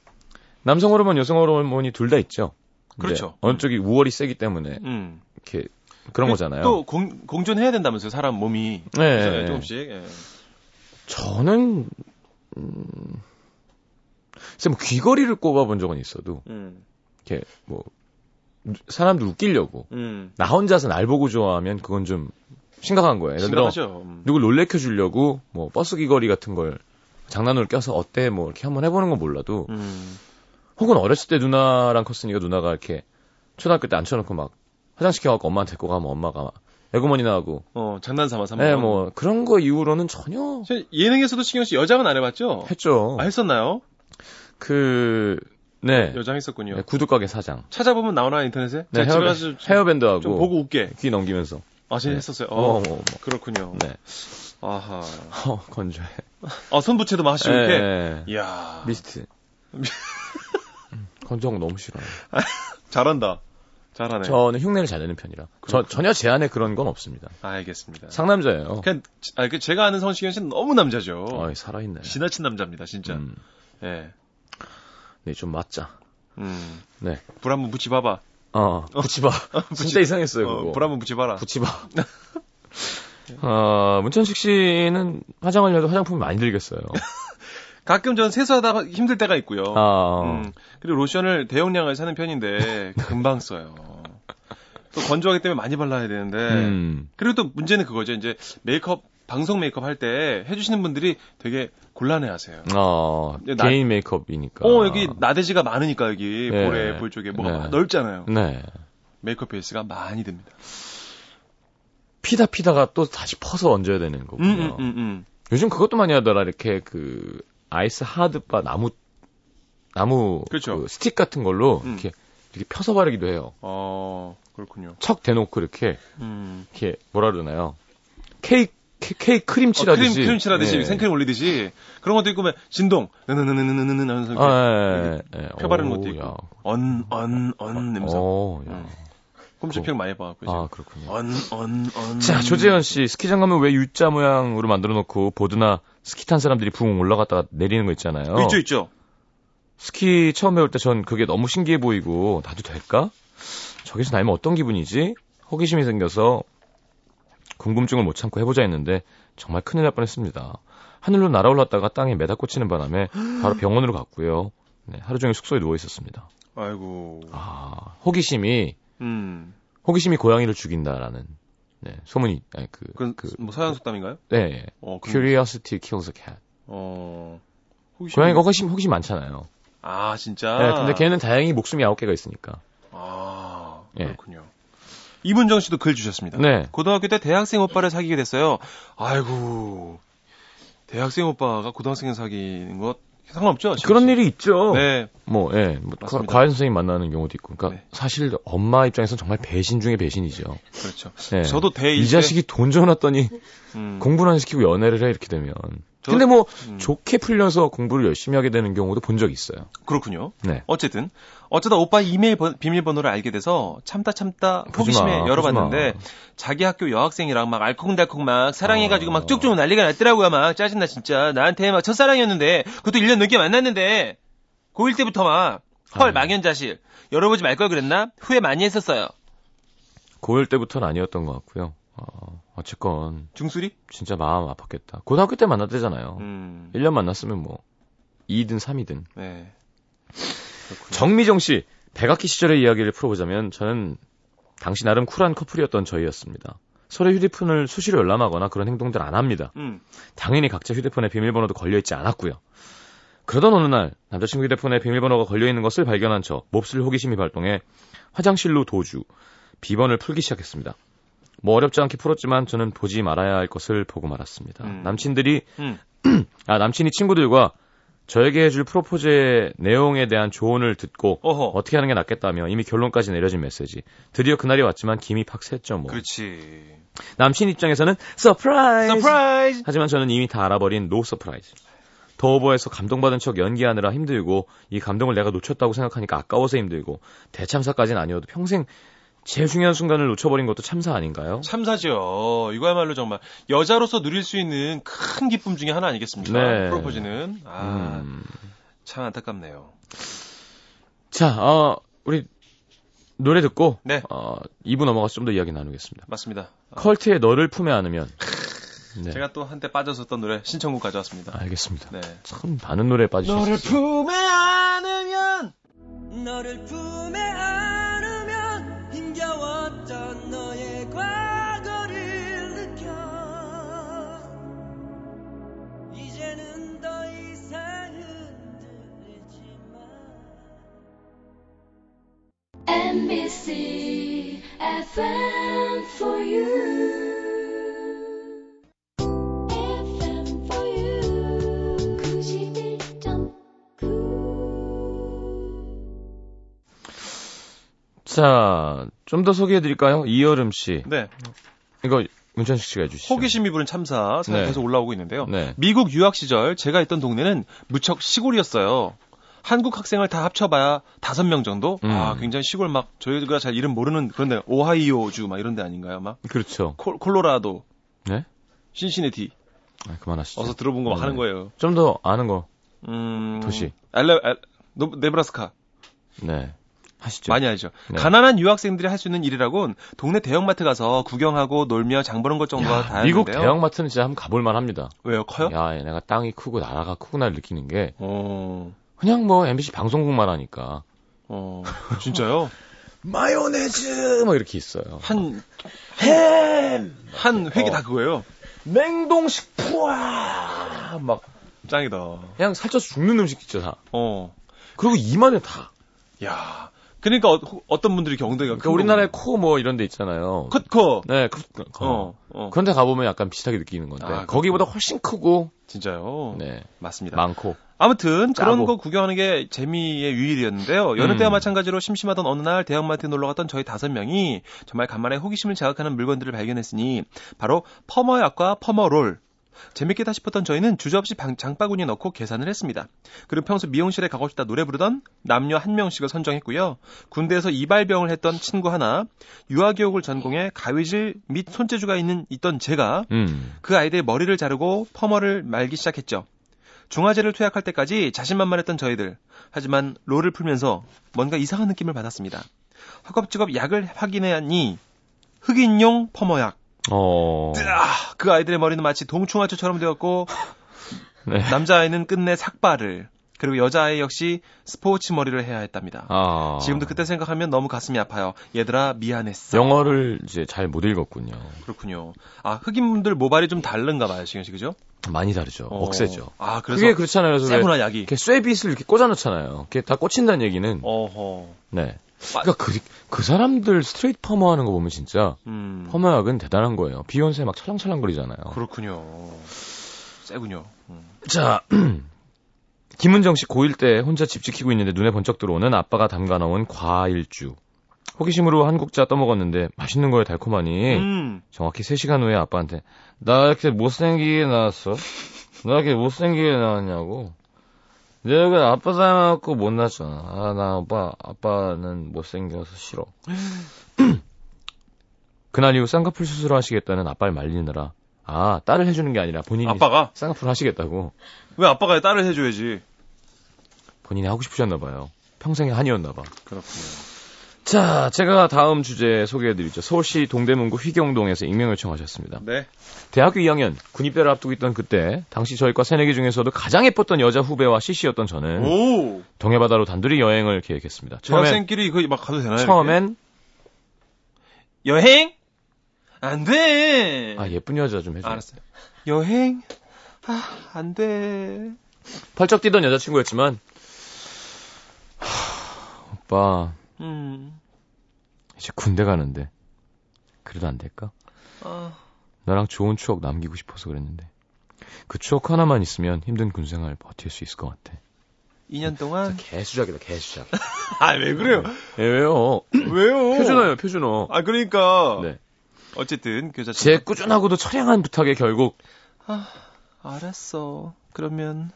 Speaker 1: 남성 호르몬, 여성 호르몬이 둘 다 있죠. 근데
Speaker 2: 그렇죠.
Speaker 1: 어느 쪽이 우월이 세기 때문에
Speaker 2: 음.
Speaker 1: 이렇게 예. 그런 거잖아요.
Speaker 2: 또 공, 공존해야 된다면서요, 사람 몸이.
Speaker 1: 네,
Speaker 2: 그래서
Speaker 1: 네.
Speaker 2: 조금씩. 예.
Speaker 1: 저는 음, 글쎄 뭐 귀걸이를 꼽아본 적은 있어도
Speaker 2: 음.
Speaker 1: 이렇게 뭐 사람들 웃기려고
Speaker 2: 음.
Speaker 1: 나 혼자서 날 보고 좋아하면 그건 좀 심각한 거예요. 예를 들어
Speaker 2: 심각하죠. 음.
Speaker 1: 누굴 놀래켜 주려고 뭐 버스 귀걸이 같은 걸 장난으로 껴서 어때 뭐 이렇게 한번 해보는 건 몰라도
Speaker 2: 음.
Speaker 1: 혹은 어렸을 때 누나랑 컸으니까 누나가 이렇게 초등학교 때 앉혀놓고 막 화장시켜갖고 엄마한테 데리고 가면 엄마가 막 애구머니나 하고
Speaker 2: 어, 장난 삼아서 한번.
Speaker 1: 네, 뭐 그런 거 이후로는 전혀
Speaker 2: 사실 예능에서도 신경 씨 여장은 안 해봤죠?
Speaker 1: 했죠.
Speaker 2: 아, 했었나요?
Speaker 1: 그, 어. 네.
Speaker 2: 여장 했었군요.
Speaker 1: 네, 구두가게 사장.
Speaker 2: 찾아보면 나오나 인터넷에?
Speaker 1: 네,
Speaker 2: 제가 집에
Speaker 1: 헤어밴-
Speaker 2: 가서 좀,
Speaker 1: 헤어밴드하고
Speaker 2: 좀 보고 웃게.
Speaker 1: 귀 넘기면서.
Speaker 2: 아, 진짜
Speaker 1: 네.
Speaker 2: 했었어요.
Speaker 1: 어,
Speaker 2: 어,
Speaker 1: 뭐, 뭐.
Speaker 2: 그렇군요.
Speaker 1: 네.
Speaker 2: 아하.
Speaker 1: 어, 건조해.
Speaker 2: 아, 손부채도 막 하시고 이렇게.
Speaker 1: 예, 예.
Speaker 2: 이야.
Speaker 1: 미스트. 음, 건조한 거 너무 싫어요.
Speaker 2: 잘한다. 잘하네.
Speaker 1: 저는 흉내를 잘 내는 편이라. 저, 전혀 제 안에 그런 건 없습니다.
Speaker 2: 아, 알겠습니다.
Speaker 1: 상남자예요.
Speaker 2: 네. 그냥, 지- 아, 그 제가 아는 성시경 씨는 너무 남자죠.
Speaker 1: 어이, 살아있네.
Speaker 2: 지나친 남자입니다, 뭐 진짜.
Speaker 1: 음,
Speaker 2: 예.
Speaker 1: 네, 좀 맞자.
Speaker 2: 음.
Speaker 1: 네.
Speaker 2: 불 한번 붙이봐봐.
Speaker 1: 어, 붙이봐. 진짜 이상했어요, 그거.
Speaker 2: 어, 불 한번 붙이봐라.
Speaker 1: 붙이봐. 어, 문천식 씨는 화장하려도 화장품이 많이 들겠어요.
Speaker 2: 가끔 저는 세수하다가 힘들 때가 있고요.
Speaker 1: 아,
Speaker 2: 음, 그리고 로션을 대용량을 사는 편인데 금방 써요. 또 건조하기 때문에 많이 발라야 되는데
Speaker 1: 음,
Speaker 2: 그리고 또 문제는 그거죠. 이제 메이크업 방송 메이크업 할 때 해주시는 분들이 되게 곤란해하세요.
Speaker 1: 어,
Speaker 2: 나-
Speaker 1: 개인 메이크업이니까.
Speaker 2: 어 여기 나대지가 많으니까 여기
Speaker 1: 네.
Speaker 2: 볼에 볼 쪽에 뭐가
Speaker 1: 네.
Speaker 2: 막 넓잖아요.
Speaker 1: 네.
Speaker 2: 메이크업 베이스가 많이 듭니다.
Speaker 1: 피다 피다가 또 다시 퍼서 얹어야 되는 거군요.
Speaker 2: 음, 음, 음, 음.
Speaker 1: 요즘 그것도 많이 하더라. 이렇게 그 아이스 하드바 나무 나무
Speaker 2: 그렇죠.
Speaker 1: 그 스틱 같은 걸로
Speaker 2: 음.
Speaker 1: 이렇게 이렇게 펴서 바르기도 해요.
Speaker 2: 어 그렇군요.
Speaker 1: 척 대놓고 이렇게
Speaker 2: 음.
Speaker 1: 이렇게 뭐라 그러나요? 케이크 케이크 크림
Speaker 2: 어, 크림
Speaker 1: 칠하듯이
Speaker 2: 크림 칠하듯이
Speaker 1: 예.
Speaker 2: 생크림 올리듯이 그런 것도 있고 막 진동 느느느느느느 하면서 이렇게
Speaker 1: 아, 예, 예, 예.
Speaker 2: 펴바르는
Speaker 1: 오,
Speaker 2: 것도 있고
Speaker 1: 야.
Speaker 2: 언언언 냄새.
Speaker 1: 오, 야.
Speaker 2: 음. 꼼짝 피력 많이 봐갖고
Speaker 1: 아 그렇군요.
Speaker 2: 언, 언, 언.
Speaker 1: 자 조재현 씨 스키장 가면 왜 U자 모양으로 만들어놓고 보드나 스키 탄 사람들이 붕 올라갔다가 내리는 거 있잖아요.
Speaker 2: 어, 있죠, 있죠.
Speaker 1: 스키 처음 배울 때 전 그게 너무 신기해 보이고 나도 될까? 저기서 나면 어떤 기분이지? 호기심이 생겨서 궁금증을 못 참고 해보자 했는데 정말 큰일 날 뻔했습니다. 하늘로 날아올랐다가 땅에 매다 꽂히는 바람에 바로 병원으로 갔고요. 네, 하루 종일 숙소에 누워 있었습니다.
Speaker 2: 아이고.
Speaker 1: 아 호기심이
Speaker 2: 음.
Speaker 1: 호기심이 고양이를 죽인다라는 네, 소문이 아니, 그,
Speaker 2: 그건,
Speaker 1: 그
Speaker 2: 뭐, 서양 속담인가요?
Speaker 1: 네,
Speaker 2: 어, 그,
Speaker 1: curiosity kills a cat.
Speaker 2: 어. 호기심.
Speaker 1: 고양이가 호기심 호기심 많잖아요.
Speaker 2: 아, 진짜?
Speaker 1: 네, 근데 걔는 다행히 목숨이 아홉 개가 있으니까.
Speaker 2: 아,
Speaker 1: 예.
Speaker 2: 그렇군요. 이문정 씨도 글 주셨습니다.
Speaker 1: 네.
Speaker 2: 고등학교 때 대학생 오빠를 사귀게 됐어요. 아이고. 대학생 오빠가 고등학생 사귀는 것 상관없죠? 지금
Speaker 1: 그런
Speaker 2: 씨?
Speaker 1: 일이 있죠.
Speaker 2: 네.
Speaker 1: 뭐, 예, 뭐, 과-
Speaker 2: 맞습니다.
Speaker 1: 과외 선생님 만나는 경우도 있고. 그러니까
Speaker 2: 네.
Speaker 1: 사실 엄마 입장에서는 정말 배신 중에 배신이죠.
Speaker 2: 그렇죠.
Speaker 1: 예.
Speaker 2: 저도 대일.
Speaker 1: 이 자식이 돈 줘놨더니
Speaker 2: 때, 음,
Speaker 1: 공부를 안 시키고 연애를 해 이렇게 되면.
Speaker 2: 저-
Speaker 1: 근데 뭐
Speaker 2: 음,
Speaker 1: 좋게 풀려서 공부를 열심히 하게 되는 경우도 본 적 있어요.
Speaker 2: 그렇군요.
Speaker 1: 네.
Speaker 2: 어쨌든 어쩌다 오빠 이메일 번- 비밀번호를 알게 돼서 참다 참다
Speaker 1: 보지 마,
Speaker 2: 호기심에 열어봤는데
Speaker 1: 보지
Speaker 2: 자기 학교 여학생이랑 막 알콩달콩 막 사랑해가지고
Speaker 1: 어.
Speaker 2: 막 쭉쭉 난리가 났더라고요 막 짜증나 진짜 나한테 막 첫사랑이었는데 그것도 1년 넘게 만났는데 고1 때부터 막 헐
Speaker 1: 아.
Speaker 2: 망연자실 열어보지 말 걸 그랬나 후회 많이 했었어요
Speaker 1: 고1 때부터는 아니었던 것 같고요. 어, 어쨌건
Speaker 2: 중수리?
Speaker 1: 진짜 마음 아팠겠다. 고등학교 때 만났대잖아요.
Speaker 2: 음,
Speaker 1: 1년 만났으면 뭐 2든 3이든.
Speaker 2: 네 그렇군요.
Speaker 1: 정미정 씨, 백악기 시절의 이야기를 풀어보자면 저는 당시 나름 쿨한 커플이었던 저희였습니다. 서로 휴대폰을 수시로 열람하거나 그런 행동들 안 합니다.
Speaker 2: 음,
Speaker 1: 당연히 각자 휴대폰에 비밀번호도 걸려있지 않았고요. 그러던 어느 날 남자친구 휴대폰에 비밀번호가 걸려있는 것을 발견한 저 몹쓸 호기심이 발동해 화장실로 도주, 비번을 풀기 시작했습니다. 뭐 어렵지 않게 풀었지만 저는 보지 말아야 할 것을 보고 말았습니다.
Speaker 2: 음.
Speaker 1: 남친들이
Speaker 2: 음.
Speaker 1: 아 남친이 친구들과 저에게 해줄 프로포즈의 내용에 대한 조언을 듣고
Speaker 2: 어허
Speaker 1: 어떻게 하는 게 낫겠다며 이미 결론까지 내려진 메시지. 드디어 그날이 왔지만 김이 팍 샜죠 뭐.
Speaker 2: 그렇지
Speaker 1: 남친 입장에서는 서프라이즈.
Speaker 2: 서프라이즈
Speaker 1: 하지만 저는 이미 다 알아버린 노 서프라이즈. 더 오버에서 감동받은 척 연기하느라 힘들고 이 감동을 내가 놓쳤다고 생각하니까 아까워서 힘들고 대참사까지는 아니어도 평생 제일 중요한 순간을 놓쳐버린 것도 참사 아닌가요?
Speaker 2: 참사죠. 이거야말로 정말 여자로서 누릴 수 있는 큰 기쁨 중에 하나 아니겠습니까?
Speaker 1: 네.
Speaker 2: 프로포즈는 아,
Speaker 1: 음.
Speaker 2: 참 안타깝네요.
Speaker 1: 자, 어, 우리 노래 듣고
Speaker 2: 네.
Speaker 1: 어, 2부 넘어가서 좀 더 이야기 나누겠습니다.
Speaker 2: 맞습니다. 아,
Speaker 1: 컬트의 너를 품에 안으면 네. 아,
Speaker 2: 제가 또 한때 빠졌었던 노래 신청곡 가져왔습니다.
Speaker 1: 알겠습니다.
Speaker 2: 네.
Speaker 1: 참 많은 노래에
Speaker 2: 너를
Speaker 1: 빠지셨어요.
Speaker 2: 품에 안으면
Speaker 3: 너를 품에 안으면 힘겨웠던 너의 과거를 느껴 이제는 더 이상 흔들리지 마
Speaker 4: MBC FM for you. FM for you. 91.9.
Speaker 1: 자, 좀 더 소개해드릴까요? 이여름 씨.
Speaker 2: 네.
Speaker 1: 이거 문천식 씨가 해주시죠.
Speaker 2: 호기심이 부른 참사 사연
Speaker 1: 네.
Speaker 2: 계속 올라오고 있는데요.
Speaker 1: 네.
Speaker 2: 미국 유학 시절 제가 있던 동네는 무척 시골이었어요. 한국 학생을 다 합쳐봐야 다섯 명 정도?
Speaker 1: 음.
Speaker 2: 아, 굉장히 시골 막 저희가 잘 이름 모르는 그런 데 오하이오주 막 이런 데 아닌가요? 막
Speaker 1: 그렇죠.
Speaker 2: 콜, 콜로라도,
Speaker 1: 네?
Speaker 2: 신시내티
Speaker 1: 아, 그만하시죠.
Speaker 2: 어서 들어본 거 막
Speaker 1: 네.
Speaker 2: 하는 거예요.
Speaker 1: 좀 더 아는 거.
Speaker 2: 음.
Speaker 1: 도시.
Speaker 2: 알라, 알, 노- 네브라스카.
Speaker 1: 네. 하시죠.
Speaker 2: 많이 알죠.
Speaker 1: 네.
Speaker 2: 가난한 유학생들이 할 수 있는 일이라곤 동네 대형마트 가서 구경하고 놀며 장 보는 것 정도가
Speaker 1: 야,
Speaker 2: 다였는데요.
Speaker 1: 미국 대형마트는 진짜 한번 가볼만 합니다.
Speaker 2: 왜요? 커요?
Speaker 1: 야, 내가 땅이 크고 나라가 크구나를 느끼는 게
Speaker 2: 어.
Speaker 1: 그냥 뭐 MBC 방송국만 하니까
Speaker 2: 어. 진짜요?
Speaker 1: 마요네즈 막 이렇게 있어요.
Speaker 2: 한,
Speaker 1: 햄,
Speaker 2: 한 획이
Speaker 1: 어.
Speaker 2: 다 그거예요.
Speaker 1: 냉동식품, 막
Speaker 2: 짱이다.
Speaker 1: 그냥 살쪄서 죽는 음식 있죠 다.
Speaker 2: 어.
Speaker 1: 그리고 이만해 다.
Speaker 2: 야. 그러니까 어, 떤 분들이 이렇게 엉덩이가
Speaker 1: 그러니까 우리나라의 코 뭐 이런 데 있잖아요.
Speaker 2: 컷커.
Speaker 1: 네, 그, 그, 어.
Speaker 2: 어. 어.
Speaker 1: 그런데 가보면 약간 비슷하게 느끼는 건데
Speaker 2: 아, 어.
Speaker 1: 거기보다 훨씬 크고
Speaker 2: 진짜요?
Speaker 1: 네
Speaker 2: 맞습니다.
Speaker 1: 많고
Speaker 2: 아무튼 그런
Speaker 1: 짜고.
Speaker 2: 거 구경하는 게 재미의 유일이었는데요. 여느 때와
Speaker 1: 음.
Speaker 2: 마찬가지로 심심하던 어느 날 대형마트에 놀러 갔던 저희 다섯 명이 정말 간만에 호기심을 자극하는 물건들을 발견했으니 바로 퍼머약과 퍼머롤. 재밌겠다 싶었던 저희는 주저없이 방- 장바구니에 넣고 계산을 했습니다. 그리고 평소 미용실에 가고 싶다 노래 부르던 남녀 한 명씩을 선정했고요. 군대에서 이발병을 했던 친구 하나, 유아교육을 전공해 가위질 및 손재주가 있는 있던 제가
Speaker 1: 음
Speaker 2: 그 아이들의 머리를 자르고 퍼머를 말기 시작했죠. 중화제를 투약할 때까지 자신만만했던 저희들. 하지만 롤을 풀면서 뭔가 이상한 느낌을 받았습니다. 허겁지겁 약을 확인해니 흑인용 퍼머약.
Speaker 1: 어.
Speaker 2: 뜨아! 그 아이들의 머리는 마치 동충하초처럼 되었고
Speaker 1: 네.
Speaker 2: 남자아이는 끝내 삭발을 그리고 여자아이 역시 스포츠 머리를 해야 했답니다.
Speaker 1: 아.
Speaker 2: 지금도 그때 생각하면 너무 가슴이 아파요. 얘들아 미안했어.
Speaker 1: 영어를 이제 잘 못 읽었군요.
Speaker 2: 그렇군요. 아 흑인분들 모발이 좀 다른가 봐요, 지금 씨 그죠?
Speaker 1: 많이 다르죠.
Speaker 2: 어.
Speaker 1: 억세죠.
Speaker 2: 아 그래서
Speaker 1: 그게 그렇잖아요. 그래서 왜
Speaker 2: 세구나 약이.
Speaker 1: 이렇게 쇠빗을 이렇게 꽂아놓잖아요. 그게 다 꽂힌다는 얘기는.
Speaker 2: 어허.
Speaker 1: 네. 그러니까 그, 그 사람들 스트레이트 퍼머 하는 거 보면 진짜
Speaker 2: 음.
Speaker 1: 퍼머약은 대단한 거예요. 비욘세 막 찰랑찰랑거리잖아요.
Speaker 2: 그렇군요. 세군요. 음.
Speaker 1: 자, 김은정 씨 고1 때 혼자 집 지키고 있는데 눈에 번쩍 들어오는 아빠가 담가 놓은 과일주. 호기심으로 한국자 떠먹었는데 맛있는 거에 달콤하니
Speaker 2: 음.
Speaker 1: 정확히 3시간 후에 아빠한테 나 이렇게 못생기게 나왔어? 나 이렇게 못생기게 나왔냐고 내가 아빠 닮아갖고 못났잖아 아 나 아빠 아빠는 못생겨서 싫어 그날 이후 쌍꺼풀 수술을 하시겠다는 아빠를 말리느라 아 딸을 해주는 게 아니라 본인이
Speaker 2: 아빠가?
Speaker 1: 쌍꺼풀 하시겠다고
Speaker 2: 왜 아빠가 딸을 해줘야지.
Speaker 1: 본인이 하고 싶으셨나 봐요 평생의 한이었나 봐
Speaker 2: 그렇군요.
Speaker 1: 자, 제가 다음 주제 소개해드리죠. 서울시 동대문구 휘경동에서 익명 요청하셨습니다.
Speaker 2: 네.
Speaker 1: 대학교 2학년 군입대를 앞두고 있던 그때 당시 저희과 새내기 중에서도 가장 예뻤던 여자 후배와 CC였던 저는
Speaker 2: 오.
Speaker 1: 동해바다로 단둘이 여행을 계획했습니다. 예. 처음엔
Speaker 2: 대학생끼리 그거 막 가도 되나요?
Speaker 1: 처음엔
Speaker 2: 이렇게? 여행? 안 돼.
Speaker 1: 아 예쁜 여자 좀 해줘.
Speaker 2: 네. 알았어요. 여행? 아, 안 돼.
Speaker 1: 펄쩍 뛰던 여자친구였지만 하, 오빠
Speaker 2: 음.
Speaker 1: 이제 군대 가는데 그래도 안 될까?
Speaker 2: 아,
Speaker 1: 나랑 좋은 추억 남기고 싶어서 그랬는데 그 추억 하나만 있으면 힘든 군생활 버틸 수 있을 것 같아.
Speaker 2: 2년 동안.
Speaker 1: 개수작이다 개수작.
Speaker 2: 아, 왜 그래요?
Speaker 1: 예, 왜요?
Speaker 2: 왜요?
Speaker 1: 표준어예요 표준어.
Speaker 2: 아, 그러니까.
Speaker 1: 네.
Speaker 2: 어쨌든 그 여자친구.
Speaker 1: 제 꾸준하고도 처량한 부탁에 결국
Speaker 2: 알았어. 그러면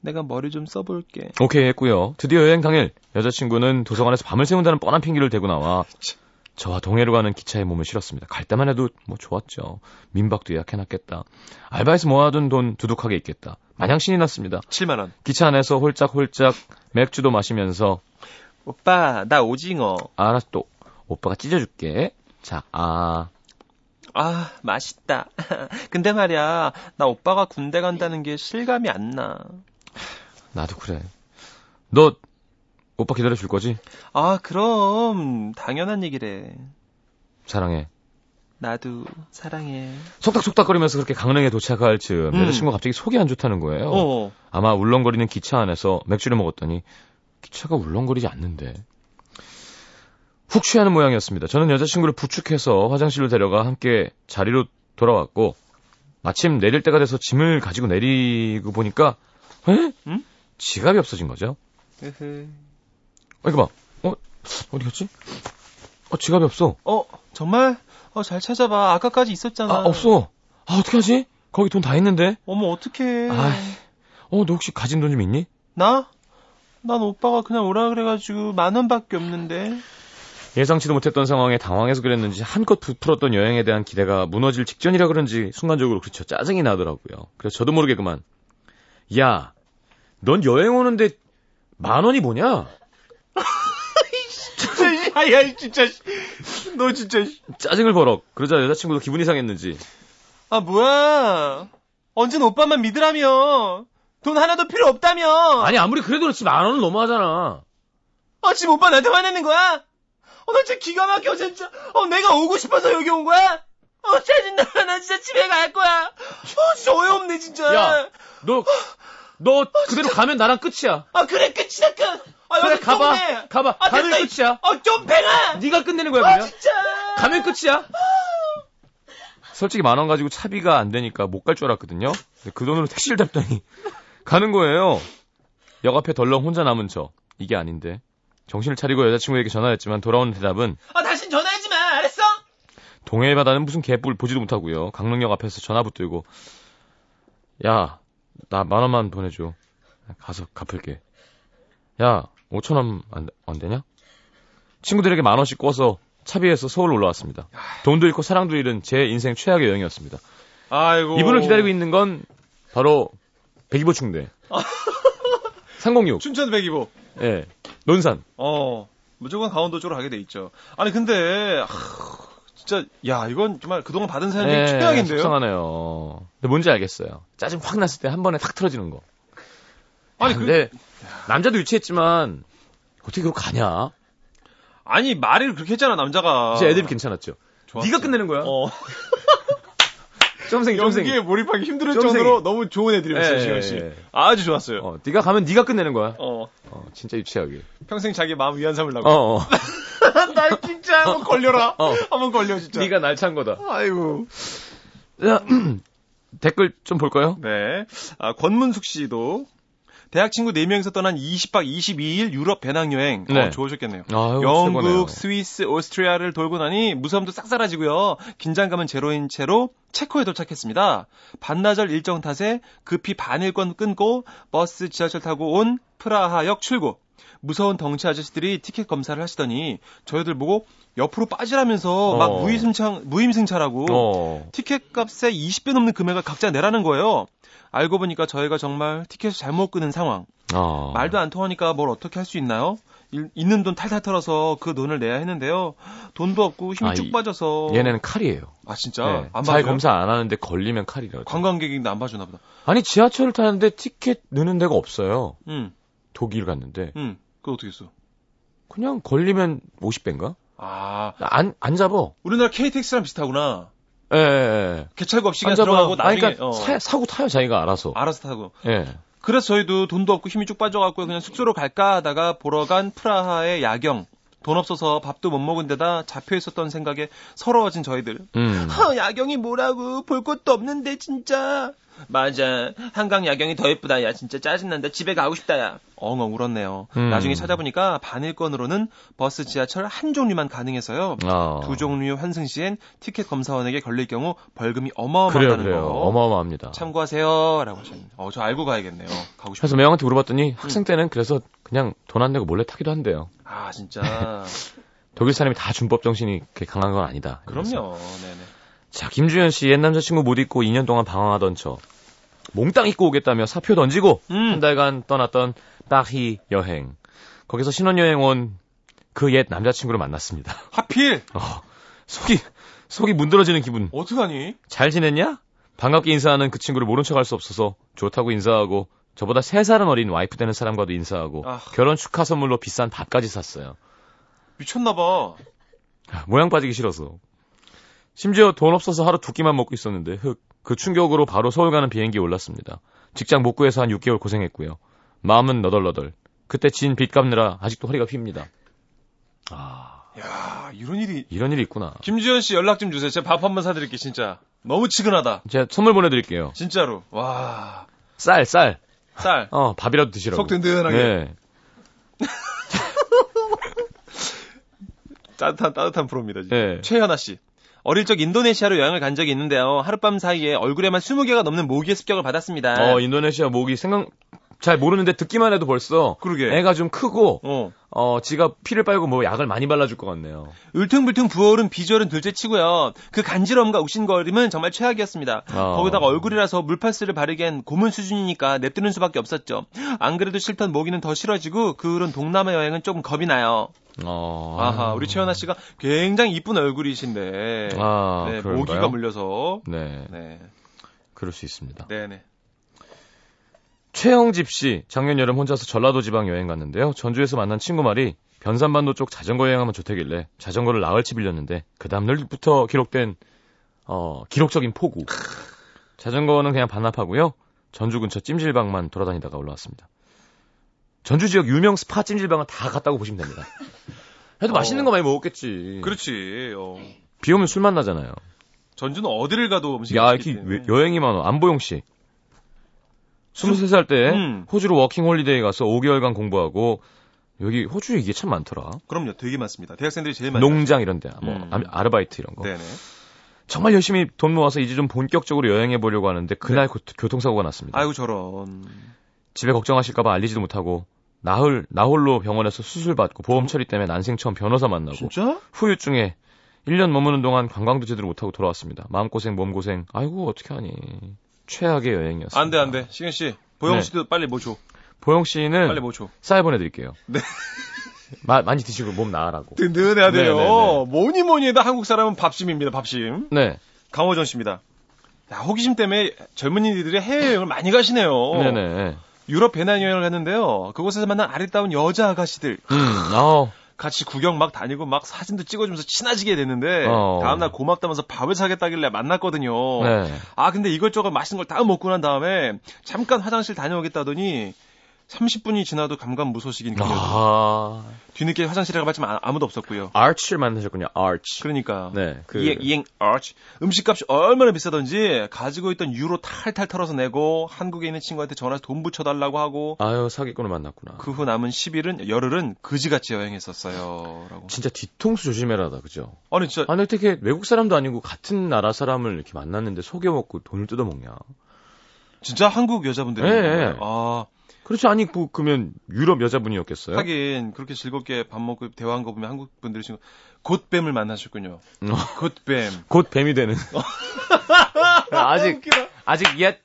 Speaker 2: 내가 머리 좀 써볼게.
Speaker 1: 오케이 했고요. 드디어 여행 당일 여자친구는 도서관에서 밤을 새운다는 뻔한 핑계를 대고 나와 저와 동해로 가는 기차에 몸을 실었습니다. 갈 때만 해도 뭐 좋았죠. 민박도 예약해놨겠다. 알바에서 모아둔 돈 두둑하게 있겠다. 마냥 신이 났습니다.
Speaker 2: 7만 원.
Speaker 1: 기차 안에서 홀짝홀짝 맥주도 마시면서
Speaker 2: 오빠, 나 오징어.
Speaker 1: 알았어 또 오빠가 찢어줄게. 자, 아,
Speaker 2: 아, 맛있다. 근데 말이야, 나 오빠가 군대 간다는 게 실감이 안 나.
Speaker 1: 나도 그래. 너 오빠 기다려줄 거지?
Speaker 2: 아, 그럼 당연한 얘기래.
Speaker 1: 사랑해.
Speaker 2: 나도 사랑해.
Speaker 1: 속닥속닥거리면서 그렇게 강릉에 도착할 즈음
Speaker 2: 음.
Speaker 1: 여자친구가 갑자기 속이 안 좋다는 거예요.
Speaker 2: 어.
Speaker 1: 아마 울렁거리는 기차 안에서 맥주를 먹었더니 기차가 울렁거리지 않는데 훅 취하는 모양이었습니다. 저는 여자친구를 부축해서 화장실로 데려가 함께 자리로 돌아왔고 마침 내릴 때가 돼서 짐을 가지고 내리고 보니까 에?
Speaker 2: 응?
Speaker 1: 지갑이 없어진 거죠.
Speaker 2: 으흐.
Speaker 1: 어, 이거 봐. 어? 어디 갔지? 어, 지갑이 없어.
Speaker 2: 어, 정말? 어, 잘 찾아봐. 아까까지 있었잖아.
Speaker 1: 아, 없어. 아, 어떻게 하지? 거기 돈 다 있는데.
Speaker 2: 어머, 어떡해.
Speaker 1: 아이. 어, 너 혹시 가진 돈 좀 있니?
Speaker 2: 나? 난 오빠가 그냥 오라 그래가지고 만 원밖에 없는데.
Speaker 1: 예상치도 못했던 상황에 당황해서 그랬는지 한껏 부풀었던 여행에 대한 기대가 무너질 직전이라 그런지 순간적으로 그렇죠 짜증이 나더라고요. 그래서 저도 모르게 그만 야, 넌 여행 오는데 만 원이 뭐냐?
Speaker 2: 아야, 진짜. 너 진짜.
Speaker 1: 짜증을 버럭. 그러자 여자친구도 기분이 상했는지
Speaker 2: 아, 뭐야. 언젠 오빠만 믿으라며. 돈 하나도 필요 없다며.
Speaker 1: 아니 아무리 그래도 그렇지 만 원은 너무하잖아.
Speaker 2: 아, 지금 오빠 나한테 화내는 거야? 어, 나 진짜 기가 막혀, 진짜. 어, 내가 오고 싶어서 여기 온 거야? 어, 짜증나. 나 진짜 집에 갈 거야. 어, 진짜 어이없네, 진짜.
Speaker 1: 야. 너, 너 그대로 가면 나랑 끝이야.
Speaker 2: 아, 그래, 끝이다, 끝. 아,
Speaker 1: 그래
Speaker 2: 여기
Speaker 1: 가봐,
Speaker 2: 끝내.
Speaker 1: 가봐.
Speaker 2: 아,
Speaker 1: 가면
Speaker 2: 됐다, 이-
Speaker 1: 끝이야.
Speaker 2: 어, 좀팽아!
Speaker 1: 네가 끝내는 거야
Speaker 2: 아,
Speaker 1: 그냥.
Speaker 2: 진짜! 아.
Speaker 1: 가면 끝이야. 솔직히 만 원 가지고 차비가 안 되니까 못 갈 줄 알았거든요. 근데 그 돈으로 택시를 잡다니 가는 거예요. 역 앞에 덜렁 혼자 남은 저 이게 아닌데 정신을 차리고 여자친구에게 전화했지만 돌아오는 대답은
Speaker 2: 아, 다신 전화하지 마, 알았어?
Speaker 1: 동해 바다는 무슨 개뿔 보지도 못하고요. 강릉역 앞에서 전화 붙들고 야 나 만 원만 보내줘. 가서 갚을게. 야 5천 원안 안 되냐? 친구들에게 만 원씩 꿔서 차비에서 서울 올라왔습니다. 돈도 잃고 사랑도 잃은 제 인생 최악의 여행이었습니다.
Speaker 2: 아이고.
Speaker 1: 이분을 기다리고 있는 건 바로 백이보 충대. 306.
Speaker 2: 춘천 125.
Speaker 1: 예. 논산.
Speaker 2: 어, 무조건 강원도 쪽으로 가게 돼 있죠. 아니, 근데, 하, 진짜, 야, 이건 정말 그동안 받은 사연
Speaker 1: 네,
Speaker 2: 중에 최악인데요?
Speaker 1: 속상하네요. 근데 뭔지 알겠어요. 짜증 확 났을 때 한 번에 탁 틀어지는 거.
Speaker 2: 아니,
Speaker 1: 야,
Speaker 2: 그-
Speaker 1: 근데 남자도 유치했지만 어떻게 그러고 가냐?
Speaker 2: 아니, 말을 그렇게 했잖아, 남자가.
Speaker 1: 이제 애들이 괜찮았죠.
Speaker 2: 좋았지.
Speaker 1: 네가 끝내는 거야.
Speaker 2: 어.
Speaker 1: 점생이
Speaker 2: 연기에
Speaker 1: 점생이.
Speaker 2: 몰입하기 힘들
Speaker 1: 점생이.
Speaker 2: 정도로 너무 좋은 애들이었어요,
Speaker 1: 예,
Speaker 2: 지현
Speaker 1: 예,
Speaker 2: 씨.
Speaker 1: 예.
Speaker 2: 아주 좋았어요.
Speaker 1: 어, 네가 가면 네가 끝내는 거야.
Speaker 2: 어.
Speaker 1: 어, 진짜 유치하게.
Speaker 2: 평생 자기 마음 위안 삼으려고.
Speaker 1: 어, 어.
Speaker 2: 나 진짜 한번 걸려라.
Speaker 1: 어.
Speaker 2: 한번 걸려, 진짜.
Speaker 1: 네가 날 찬 거다.
Speaker 2: 아이고.
Speaker 1: 자, 댓글 좀 볼까요?
Speaker 2: 네. 아, 권문숙 씨도 대학 친구 4명이서 떠난 20박 22일 유럽 배낭여행.
Speaker 1: 네.
Speaker 2: 어, 좋으셨겠네요.
Speaker 1: 아유,
Speaker 2: 영국,
Speaker 1: 최고네요.
Speaker 2: 스위스, 오스트리아를 돌고 나니 무서움도 싹 사라지고요. 긴장감은 제로인 채로 체코에 도착했습니다. 반나절 일정 탓에 급히 반일권 끊고 버스 지하철 타고 온 프라하역 출구. 무서운 덩치 아저씨들이 티켓 검사를 하시더니 저희들 보고 옆으로 빠지라면서 막
Speaker 1: 어.
Speaker 2: 무임승차, 무임승차라고
Speaker 1: 어.
Speaker 2: 티켓 값의 20배 넘는 금액을 각자 내라는 거예요. 알고 보니까 저희가 정말 티켓을 잘못 끄는 상황.
Speaker 1: 아.
Speaker 2: 말도 안 통하니까 뭘 어떻게 할 수 있나요? 일- 있는 돈 탈탈 털어서 그 돈을 내야 했는데요. 돈도 없고 힘이
Speaker 1: 아,
Speaker 2: 쭉
Speaker 1: 이-
Speaker 2: 빠져서.
Speaker 1: 얘네는 칼이에요.
Speaker 2: 아, 진짜?
Speaker 1: 네.
Speaker 2: 안
Speaker 1: 잘
Speaker 2: 봐줘요?
Speaker 1: 검사 안 하는데 걸리면 칼이라고.
Speaker 2: 관광객인데 안 봐주나 보다.
Speaker 1: 아니 지하철을 타는데 티켓 넣는 데가 없어요.
Speaker 2: 응,
Speaker 1: 독일 갔는데
Speaker 2: 응. 그거 어떻게 했어?
Speaker 1: 그냥 걸리면 50배인가?
Speaker 2: 아,
Speaker 1: 안 안 잡어.
Speaker 2: 우리나라 KTX랑 비슷하구나.
Speaker 1: 예. 예, 예.
Speaker 2: 개찰구 없이
Speaker 1: 안
Speaker 2: 그냥
Speaker 1: 잡아.
Speaker 2: 들어가고 나중에
Speaker 1: 아니, 그러니까
Speaker 2: 어,
Speaker 1: 사, 사고 타요 자기가 알아서.
Speaker 2: 알아서 타고.
Speaker 1: 예.
Speaker 2: 그래서 저희도 돈도 없고 힘이 쭉 빠져갖고 그냥 숙소로 갈까 하다가 보러 간 프라하의 야경. 돈 없어서 밥도 못 먹은 데다 잡혀 있었던 생각에 서러워진 저희들.
Speaker 1: 음.
Speaker 2: 허, 야경이 뭐라고 볼 것도 없는데 진짜.
Speaker 5: 맞아. 한강 야경이 더 예쁘다. 야, 진짜 짜증난다. 집에 가고 싶다. 야.
Speaker 2: 엉엉 울었네요.
Speaker 1: 음.
Speaker 2: 나중에 찾아보니까 반일권으로는 버스, 지하철 한 종류만 가능해서요.
Speaker 1: 어.
Speaker 2: 두 종류 환승 시엔 티켓 검사원에게 걸릴 경우 벌금이
Speaker 1: 그래요,
Speaker 2: 어마어마하다는
Speaker 1: 그래요.
Speaker 2: 거.
Speaker 1: 어마어마합니다.
Speaker 2: 참고하세요라고 하셨네요. 어, 저 알고 가야겠네요. 가고 싶어.
Speaker 1: 그래서 매형한테
Speaker 2: 음.
Speaker 1: 물어봤더니 학생 때는 그래서 그냥 돈 안 내고 몰래 타기도 한대요.
Speaker 2: 아, 진짜.
Speaker 1: 네. 독일 사람이 다 준법 정신이 그렇게 강한 건 아니다. 이래서.
Speaker 2: 그럼요. 네네.
Speaker 1: 자, 김주현 씨, 옛 남자친구 못 잊고 2년 동안 방황하던 저. 몽땅 잊고 오겠다며 사표 던지고
Speaker 2: 음.
Speaker 1: 한 달간 떠났던 파리 여행. 거기서 신혼여행 온 그 옛 남자친구를 만났습니다.
Speaker 2: 하필
Speaker 1: 어, 속이, 속이 문드러지는 기분.
Speaker 2: 어떡하니?
Speaker 1: 잘 지냈냐? 반갑게 인사하는 그 친구를 모른 척 할 수 없어서 좋다고 인사하고 저보다 세살은 어린 와이프 되는 사람과도 인사하고
Speaker 2: 아.
Speaker 1: 결혼 축하 선물로 비싼 밥까지 샀어요. 아,
Speaker 2: 미쳤나 봐.
Speaker 1: 모양 빠지기 싫어서. 심지어 돈 없어서 하루 두 끼만 먹고 있었는데 흑. 그 충격으로 바로 서울 가는 비행기에 올랐습니다. 직장 못 구해서 한 6개월 고생했고요. 마음은 너덜너덜. 그때 진 빚 갚느라 아직도 허리가 휩니다. 아,
Speaker 2: 야, 이런 일이
Speaker 1: 이런 일이 있구나.
Speaker 2: 김지현 씨 연락 좀 주세요. 제가 밥 한 번 사드릴게 진짜. 너무 치근하다.
Speaker 1: 제가 선물 보내드릴게요.
Speaker 2: 진짜로. 와.
Speaker 1: 쌀, 쌀.
Speaker 2: 쌀.
Speaker 1: 어, 밥이라도 드시라고.
Speaker 2: 속 든든하게.
Speaker 1: 네.
Speaker 2: 따뜻한 따뜻한 프로입니다. 진짜.
Speaker 1: 네.
Speaker 2: 최현아 씨. 어릴 적 인도네시아로 여행을 간 적이 있는데요. 하룻밤 사이에 얼굴에만 20개가 넘는 모기의 습격을 받았습니다.
Speaker 1: 어, 인도네시아 모기 생각 잘 모르는데 듣기만 해도 벌써
Speaker 2: 그러게.
Speaker 1: 애가 좀 크고
Speaker 2: 어.
Speaker 1: 어, 지가 피를 빨고 뭐 약을 많이 발라줄 것 같네요.
Speaker 2: 울퉁불퉁 부어오른 비주얼은 둘째치고요. 그 간지럼과 욱신거림은 정말 최악이었습니다.
Speaker 1: 어.
Speaker 2: 거기다가 얼굴이라서 물파스를 바르기엔 고문 수준이니까 냅두는 수밖에 없었죠. 안 그래도 싫던 모기는 더 싫어지고 그런 동남아 여행은 조금 겁이 나요.
Speaker 1: 어.
Speaker 2: 아하, 우리 최연아 씨가 굉장히 이쁜 얼굴이신데
Speaker 1: 아,
Speaker 2: 네,
Speaker 1: 그런가요?
Speaker 2: 모기가 물려서
Speaker 1: 네,
Speaker 2: 네,
Speaker 1: 그럴 수 있습니다.
Speaker 2: 네, 네.
Speaker 1: 최영집 씨, 작년 여름 혼자서 전라도 지방 여행 갔는데요. 전주에서 만난 친구 말이 변산반도 쪽 자전거 여행하면 좋다길래 자전거를 나흘치 빌렸는데 그 다음날부터 기록된 어, 기록적인 폭우. 자전거는 그냥 반납하고요. 전주 근처 찜질방만 돌아다니다가 올라왔습니다. 전주 지역 유명 스파 찜질방은 다 갔다고 보시면 됩니다. 그래도 맛있는
Speaker 2: 어.
Speaker 1: 거 많이 먹었겠지.
Speaker 2: 그렇지. 어.
Speaker 1: 비 오면 술맛 나잖아요.
Speaker 2: 전주는 어디를 가도 음식이
Speaker 1: 야,
Speaker 2: 맛있기
Speaker 1: 이렇게 왜-
Speaker 2: 때문에.
Speaker 1: 여행이 많아. 안보용 씨. 23살 때
Speaker 2: 음.
Speaker 1: 호주로 워킹 홀리데이 가서 5개월간 공부하고 여기 호주에 이게 참 많더라.
Speaker 2: 그럼요, 되게 많습니다. 대학생들이 제일 많이.
Speaker 1: 농장 이런 데, 뭐
Speaker 2: 네, 음.
Speaker 1: 아- 아르바이트 이런 거.
Speaker 2: 가죠. 네네.
Speaker 1: 정말 열심히 돈 모아서 이제 좀 본격적으로 여행해 보려고 하는데 그날 고- 교통사고가 났습니다.
Speaker 2: 네. 아이고 저런.
Speaker 1: 집에 걱정하실까 봐 알리지도 못하고 나홀 나홀로 병원에서 수술 받고 보험 처리 때문에 난생 처음 변호사 만나고
Speaker 2: 진짜?
Speaker 1: 후유증에 1년 머무는 동안 관광도 제대로 못하고 돌아왔습니다. 마음고생 몸고생. 아이고 어떻게 하니. 최악의 여행이었어요.
Speaker 2: 안 돼, 안 돼. 시현 씨, 보영
Speaker 1: 네.
Speaker 2: 씨도 빨리 뭐 줘.
Speaker 1: 보영 씨는
Speaker 2: 빨리 뭐 줘.
Speaker 1: 쌀 보내드릴게요.
Speaker 2: 네.
Speaker 1: 마- 많이 드시고 몸 나으라고.
Speaker 2: 든든해야 돼요.
Speaker 1: 네, 네,
Speaker 2: 뭐니 뭐니 해도 한국 사람은 밥심입니다, 밥심.
Speaker 1: 네.
Speaker 2: 강호정 씨입니다. 야, 호기심 때문에 젊은이들이 해외여행을 많이 가시네요.
Speaker 1: 네네.
Speaker 2: 유럽 배낭여행을 갔는데요. 그곳에서 만난 아리따운 여자 아가씨들.
Speaker 1: 음, 아우.
Speaker 2: 같이 구경 막 다니고 막 사진도 찍어주면서 친해지게 됐는데
Speaker 1: 어.
Speaker 2: 다음날 고맙다면서 밥을 사겠다길래 만났거든요.
Speaker 1: 네.
Speaker 2: 아 근데 이것저것 맛있는 걸 다 먹고 난 다음에 잠깐 화장실 다녀오겠다더니 30분이 지나도 감감무소식인 그녀
Speaker 1: 아.
Speaker 2: 뒤늦게 화장실에 가봤지만 아, 무도 없었고요.
Speaker 1: 아치를 만드셨군요, 아치.
Speaker 2: 그러니까
Speaker 1: 네. 그,
Speaker 2: 이행 이행 아치 음식값이 얼마나 비싸던지 가지고 있던 유로 탈탈 털어서 내고 한국에 있는 친구한테 전화해서 돈 붙여달라고 하고
Speaker 1: 아유, 사기꾼을 만났구나.
Speaker 2: 그 후 남은 10일은 열흘은 그지같이 여행했었어요라고.
Speaker 1: 진짜 뒤통수 조심해라다, 그죠?
Speaker 2: 아니 진짜
Speaker 1: 아니, 어떻게 외국 사람도 아니고 같은 나라 사람을 이렇게 만났는데 속여먹고 돈을 뜯어먹냐.
Speaker 2: 진짜 한국 여자분들이
Speaker 1: 예,
Speaker 2: 있는
Speaker 1: 예.
Speaker 2: 거예요. 아
Speaker 1: 그렇지, 아니, 뭐, 그러면 유럽 여자분이었겠어요?
Speaker 2: 하긴 그렇게 즐겁게 밥 먹고 대화한 거 보면 한국 분들이 지금 곧뱀을 만나셨군요.
Speaker 1: 음.
Speaker 2: 곧뱀.
Speaker 1: 곧 뱀이 되는.
Speaker 2: 어.
Speaker 1: 아직, 아직 yet,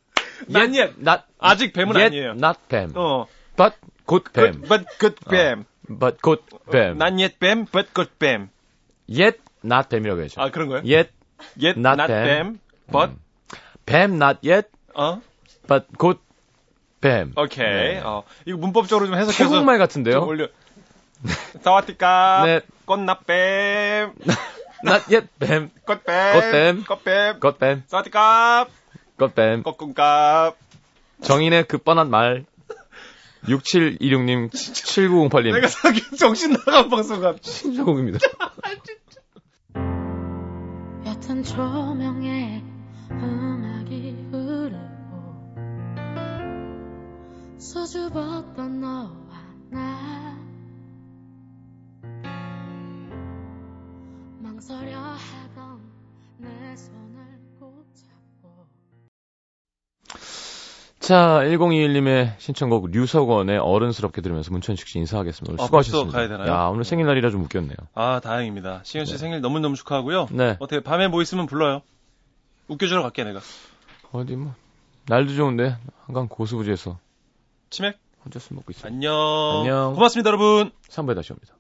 Speaker 2: Not
Speaker 1: yet, not,
Speaker 2: 아직 뱀은
Speaker 1: yet
Speaker 2: 아니에요.
Speaker 1: not 뱀.
Speaker 2: 어.
Speaker 1: but good 뱀.
Speaker 2: Good, but good 뱀.
Speaker 1: but good 뱀.
Speaker 2: 난 yet 뱀, but good 뱀.
Speaker 1: yet not 뱀이라고 해야죠.
Speaker 2: 아 그런 거예요?
Speaker 1: yet
Speaker 2: yet
Speaker 1: not
Speaker 2: not,
Speaker 1: 뱀. 음.
Speaker 2: 뱀, but
Speaker 1: 뱀 not yet
Speaker 2: 어
Speaker 1: but good 뱀.
Speaker 2: 오케이.
Speaker 1: 네.
Speaker 2: 어 이거 문법적으로 좀 해석해서
Speaker 1: 태국말
Speaker 2: 좀
Speaker 1: 같은데요?
Speaker 2: 올려. 사와티카.
Speaker 1: 네.
Speaker 2: 꽃나 뱀,
Speaker 1: not yet 뱀.
Speaker 2: 꽃뱀,
Speaker 1: 꽃뱀.
Speaker 2: 꽃뱀,
Speaker 1: got 뱀.
Speaker 2: 사와티카,
Speaker 1: got 뱀.
Speaker 2: 꽃꿈값.
Speaker 1: 정인의 그 뻔한 말. 6726님, 7908님.
Speaker 2: 내가 사기 정신 나간 방송 같.
Speaker 1: 신조곡입니다.
Speaker 4: 옅은 조명에 음악이 흐르고 수줍었던 너와 나 망설여 하던 내 손을 꼭 잡고
Speaker 1: 자, 1021님의 신청곡 류석원의 어른스럽게 들으면서 문천식 씨 인사하겠습니다. 오늘
Speaker 2: 아,
Speaker 1: 수고하셨습니다.
Speaker 2: 벌써 가야 되나요?
Speaker 1: 야, 오늘 생일날이라 좀 웃겼네요.
Speaker 2: 아, 다행입니다. 시현 씨
Speaker 1: 네.
Speaker 2: 생일 너무너무 축하하고요.
Speaker 1: 네.
Speaker 2: 어떻게 밤에 뭐 있으면 불러요. 웃겨주러 갈게, 내가.
Speaker 1: 어디 뭐 날도 좋은데 한강 고수부지에서
Speaker 2: 치맥,
Speaker 1: 혼자 술 먹고 있어요.
Speaker 2: 안녕.
Speaker 1: 안녕.
Speaker 2: 고맙습니다, 여러분.
Speaker 1: 삼 3부에 다시 옵니다.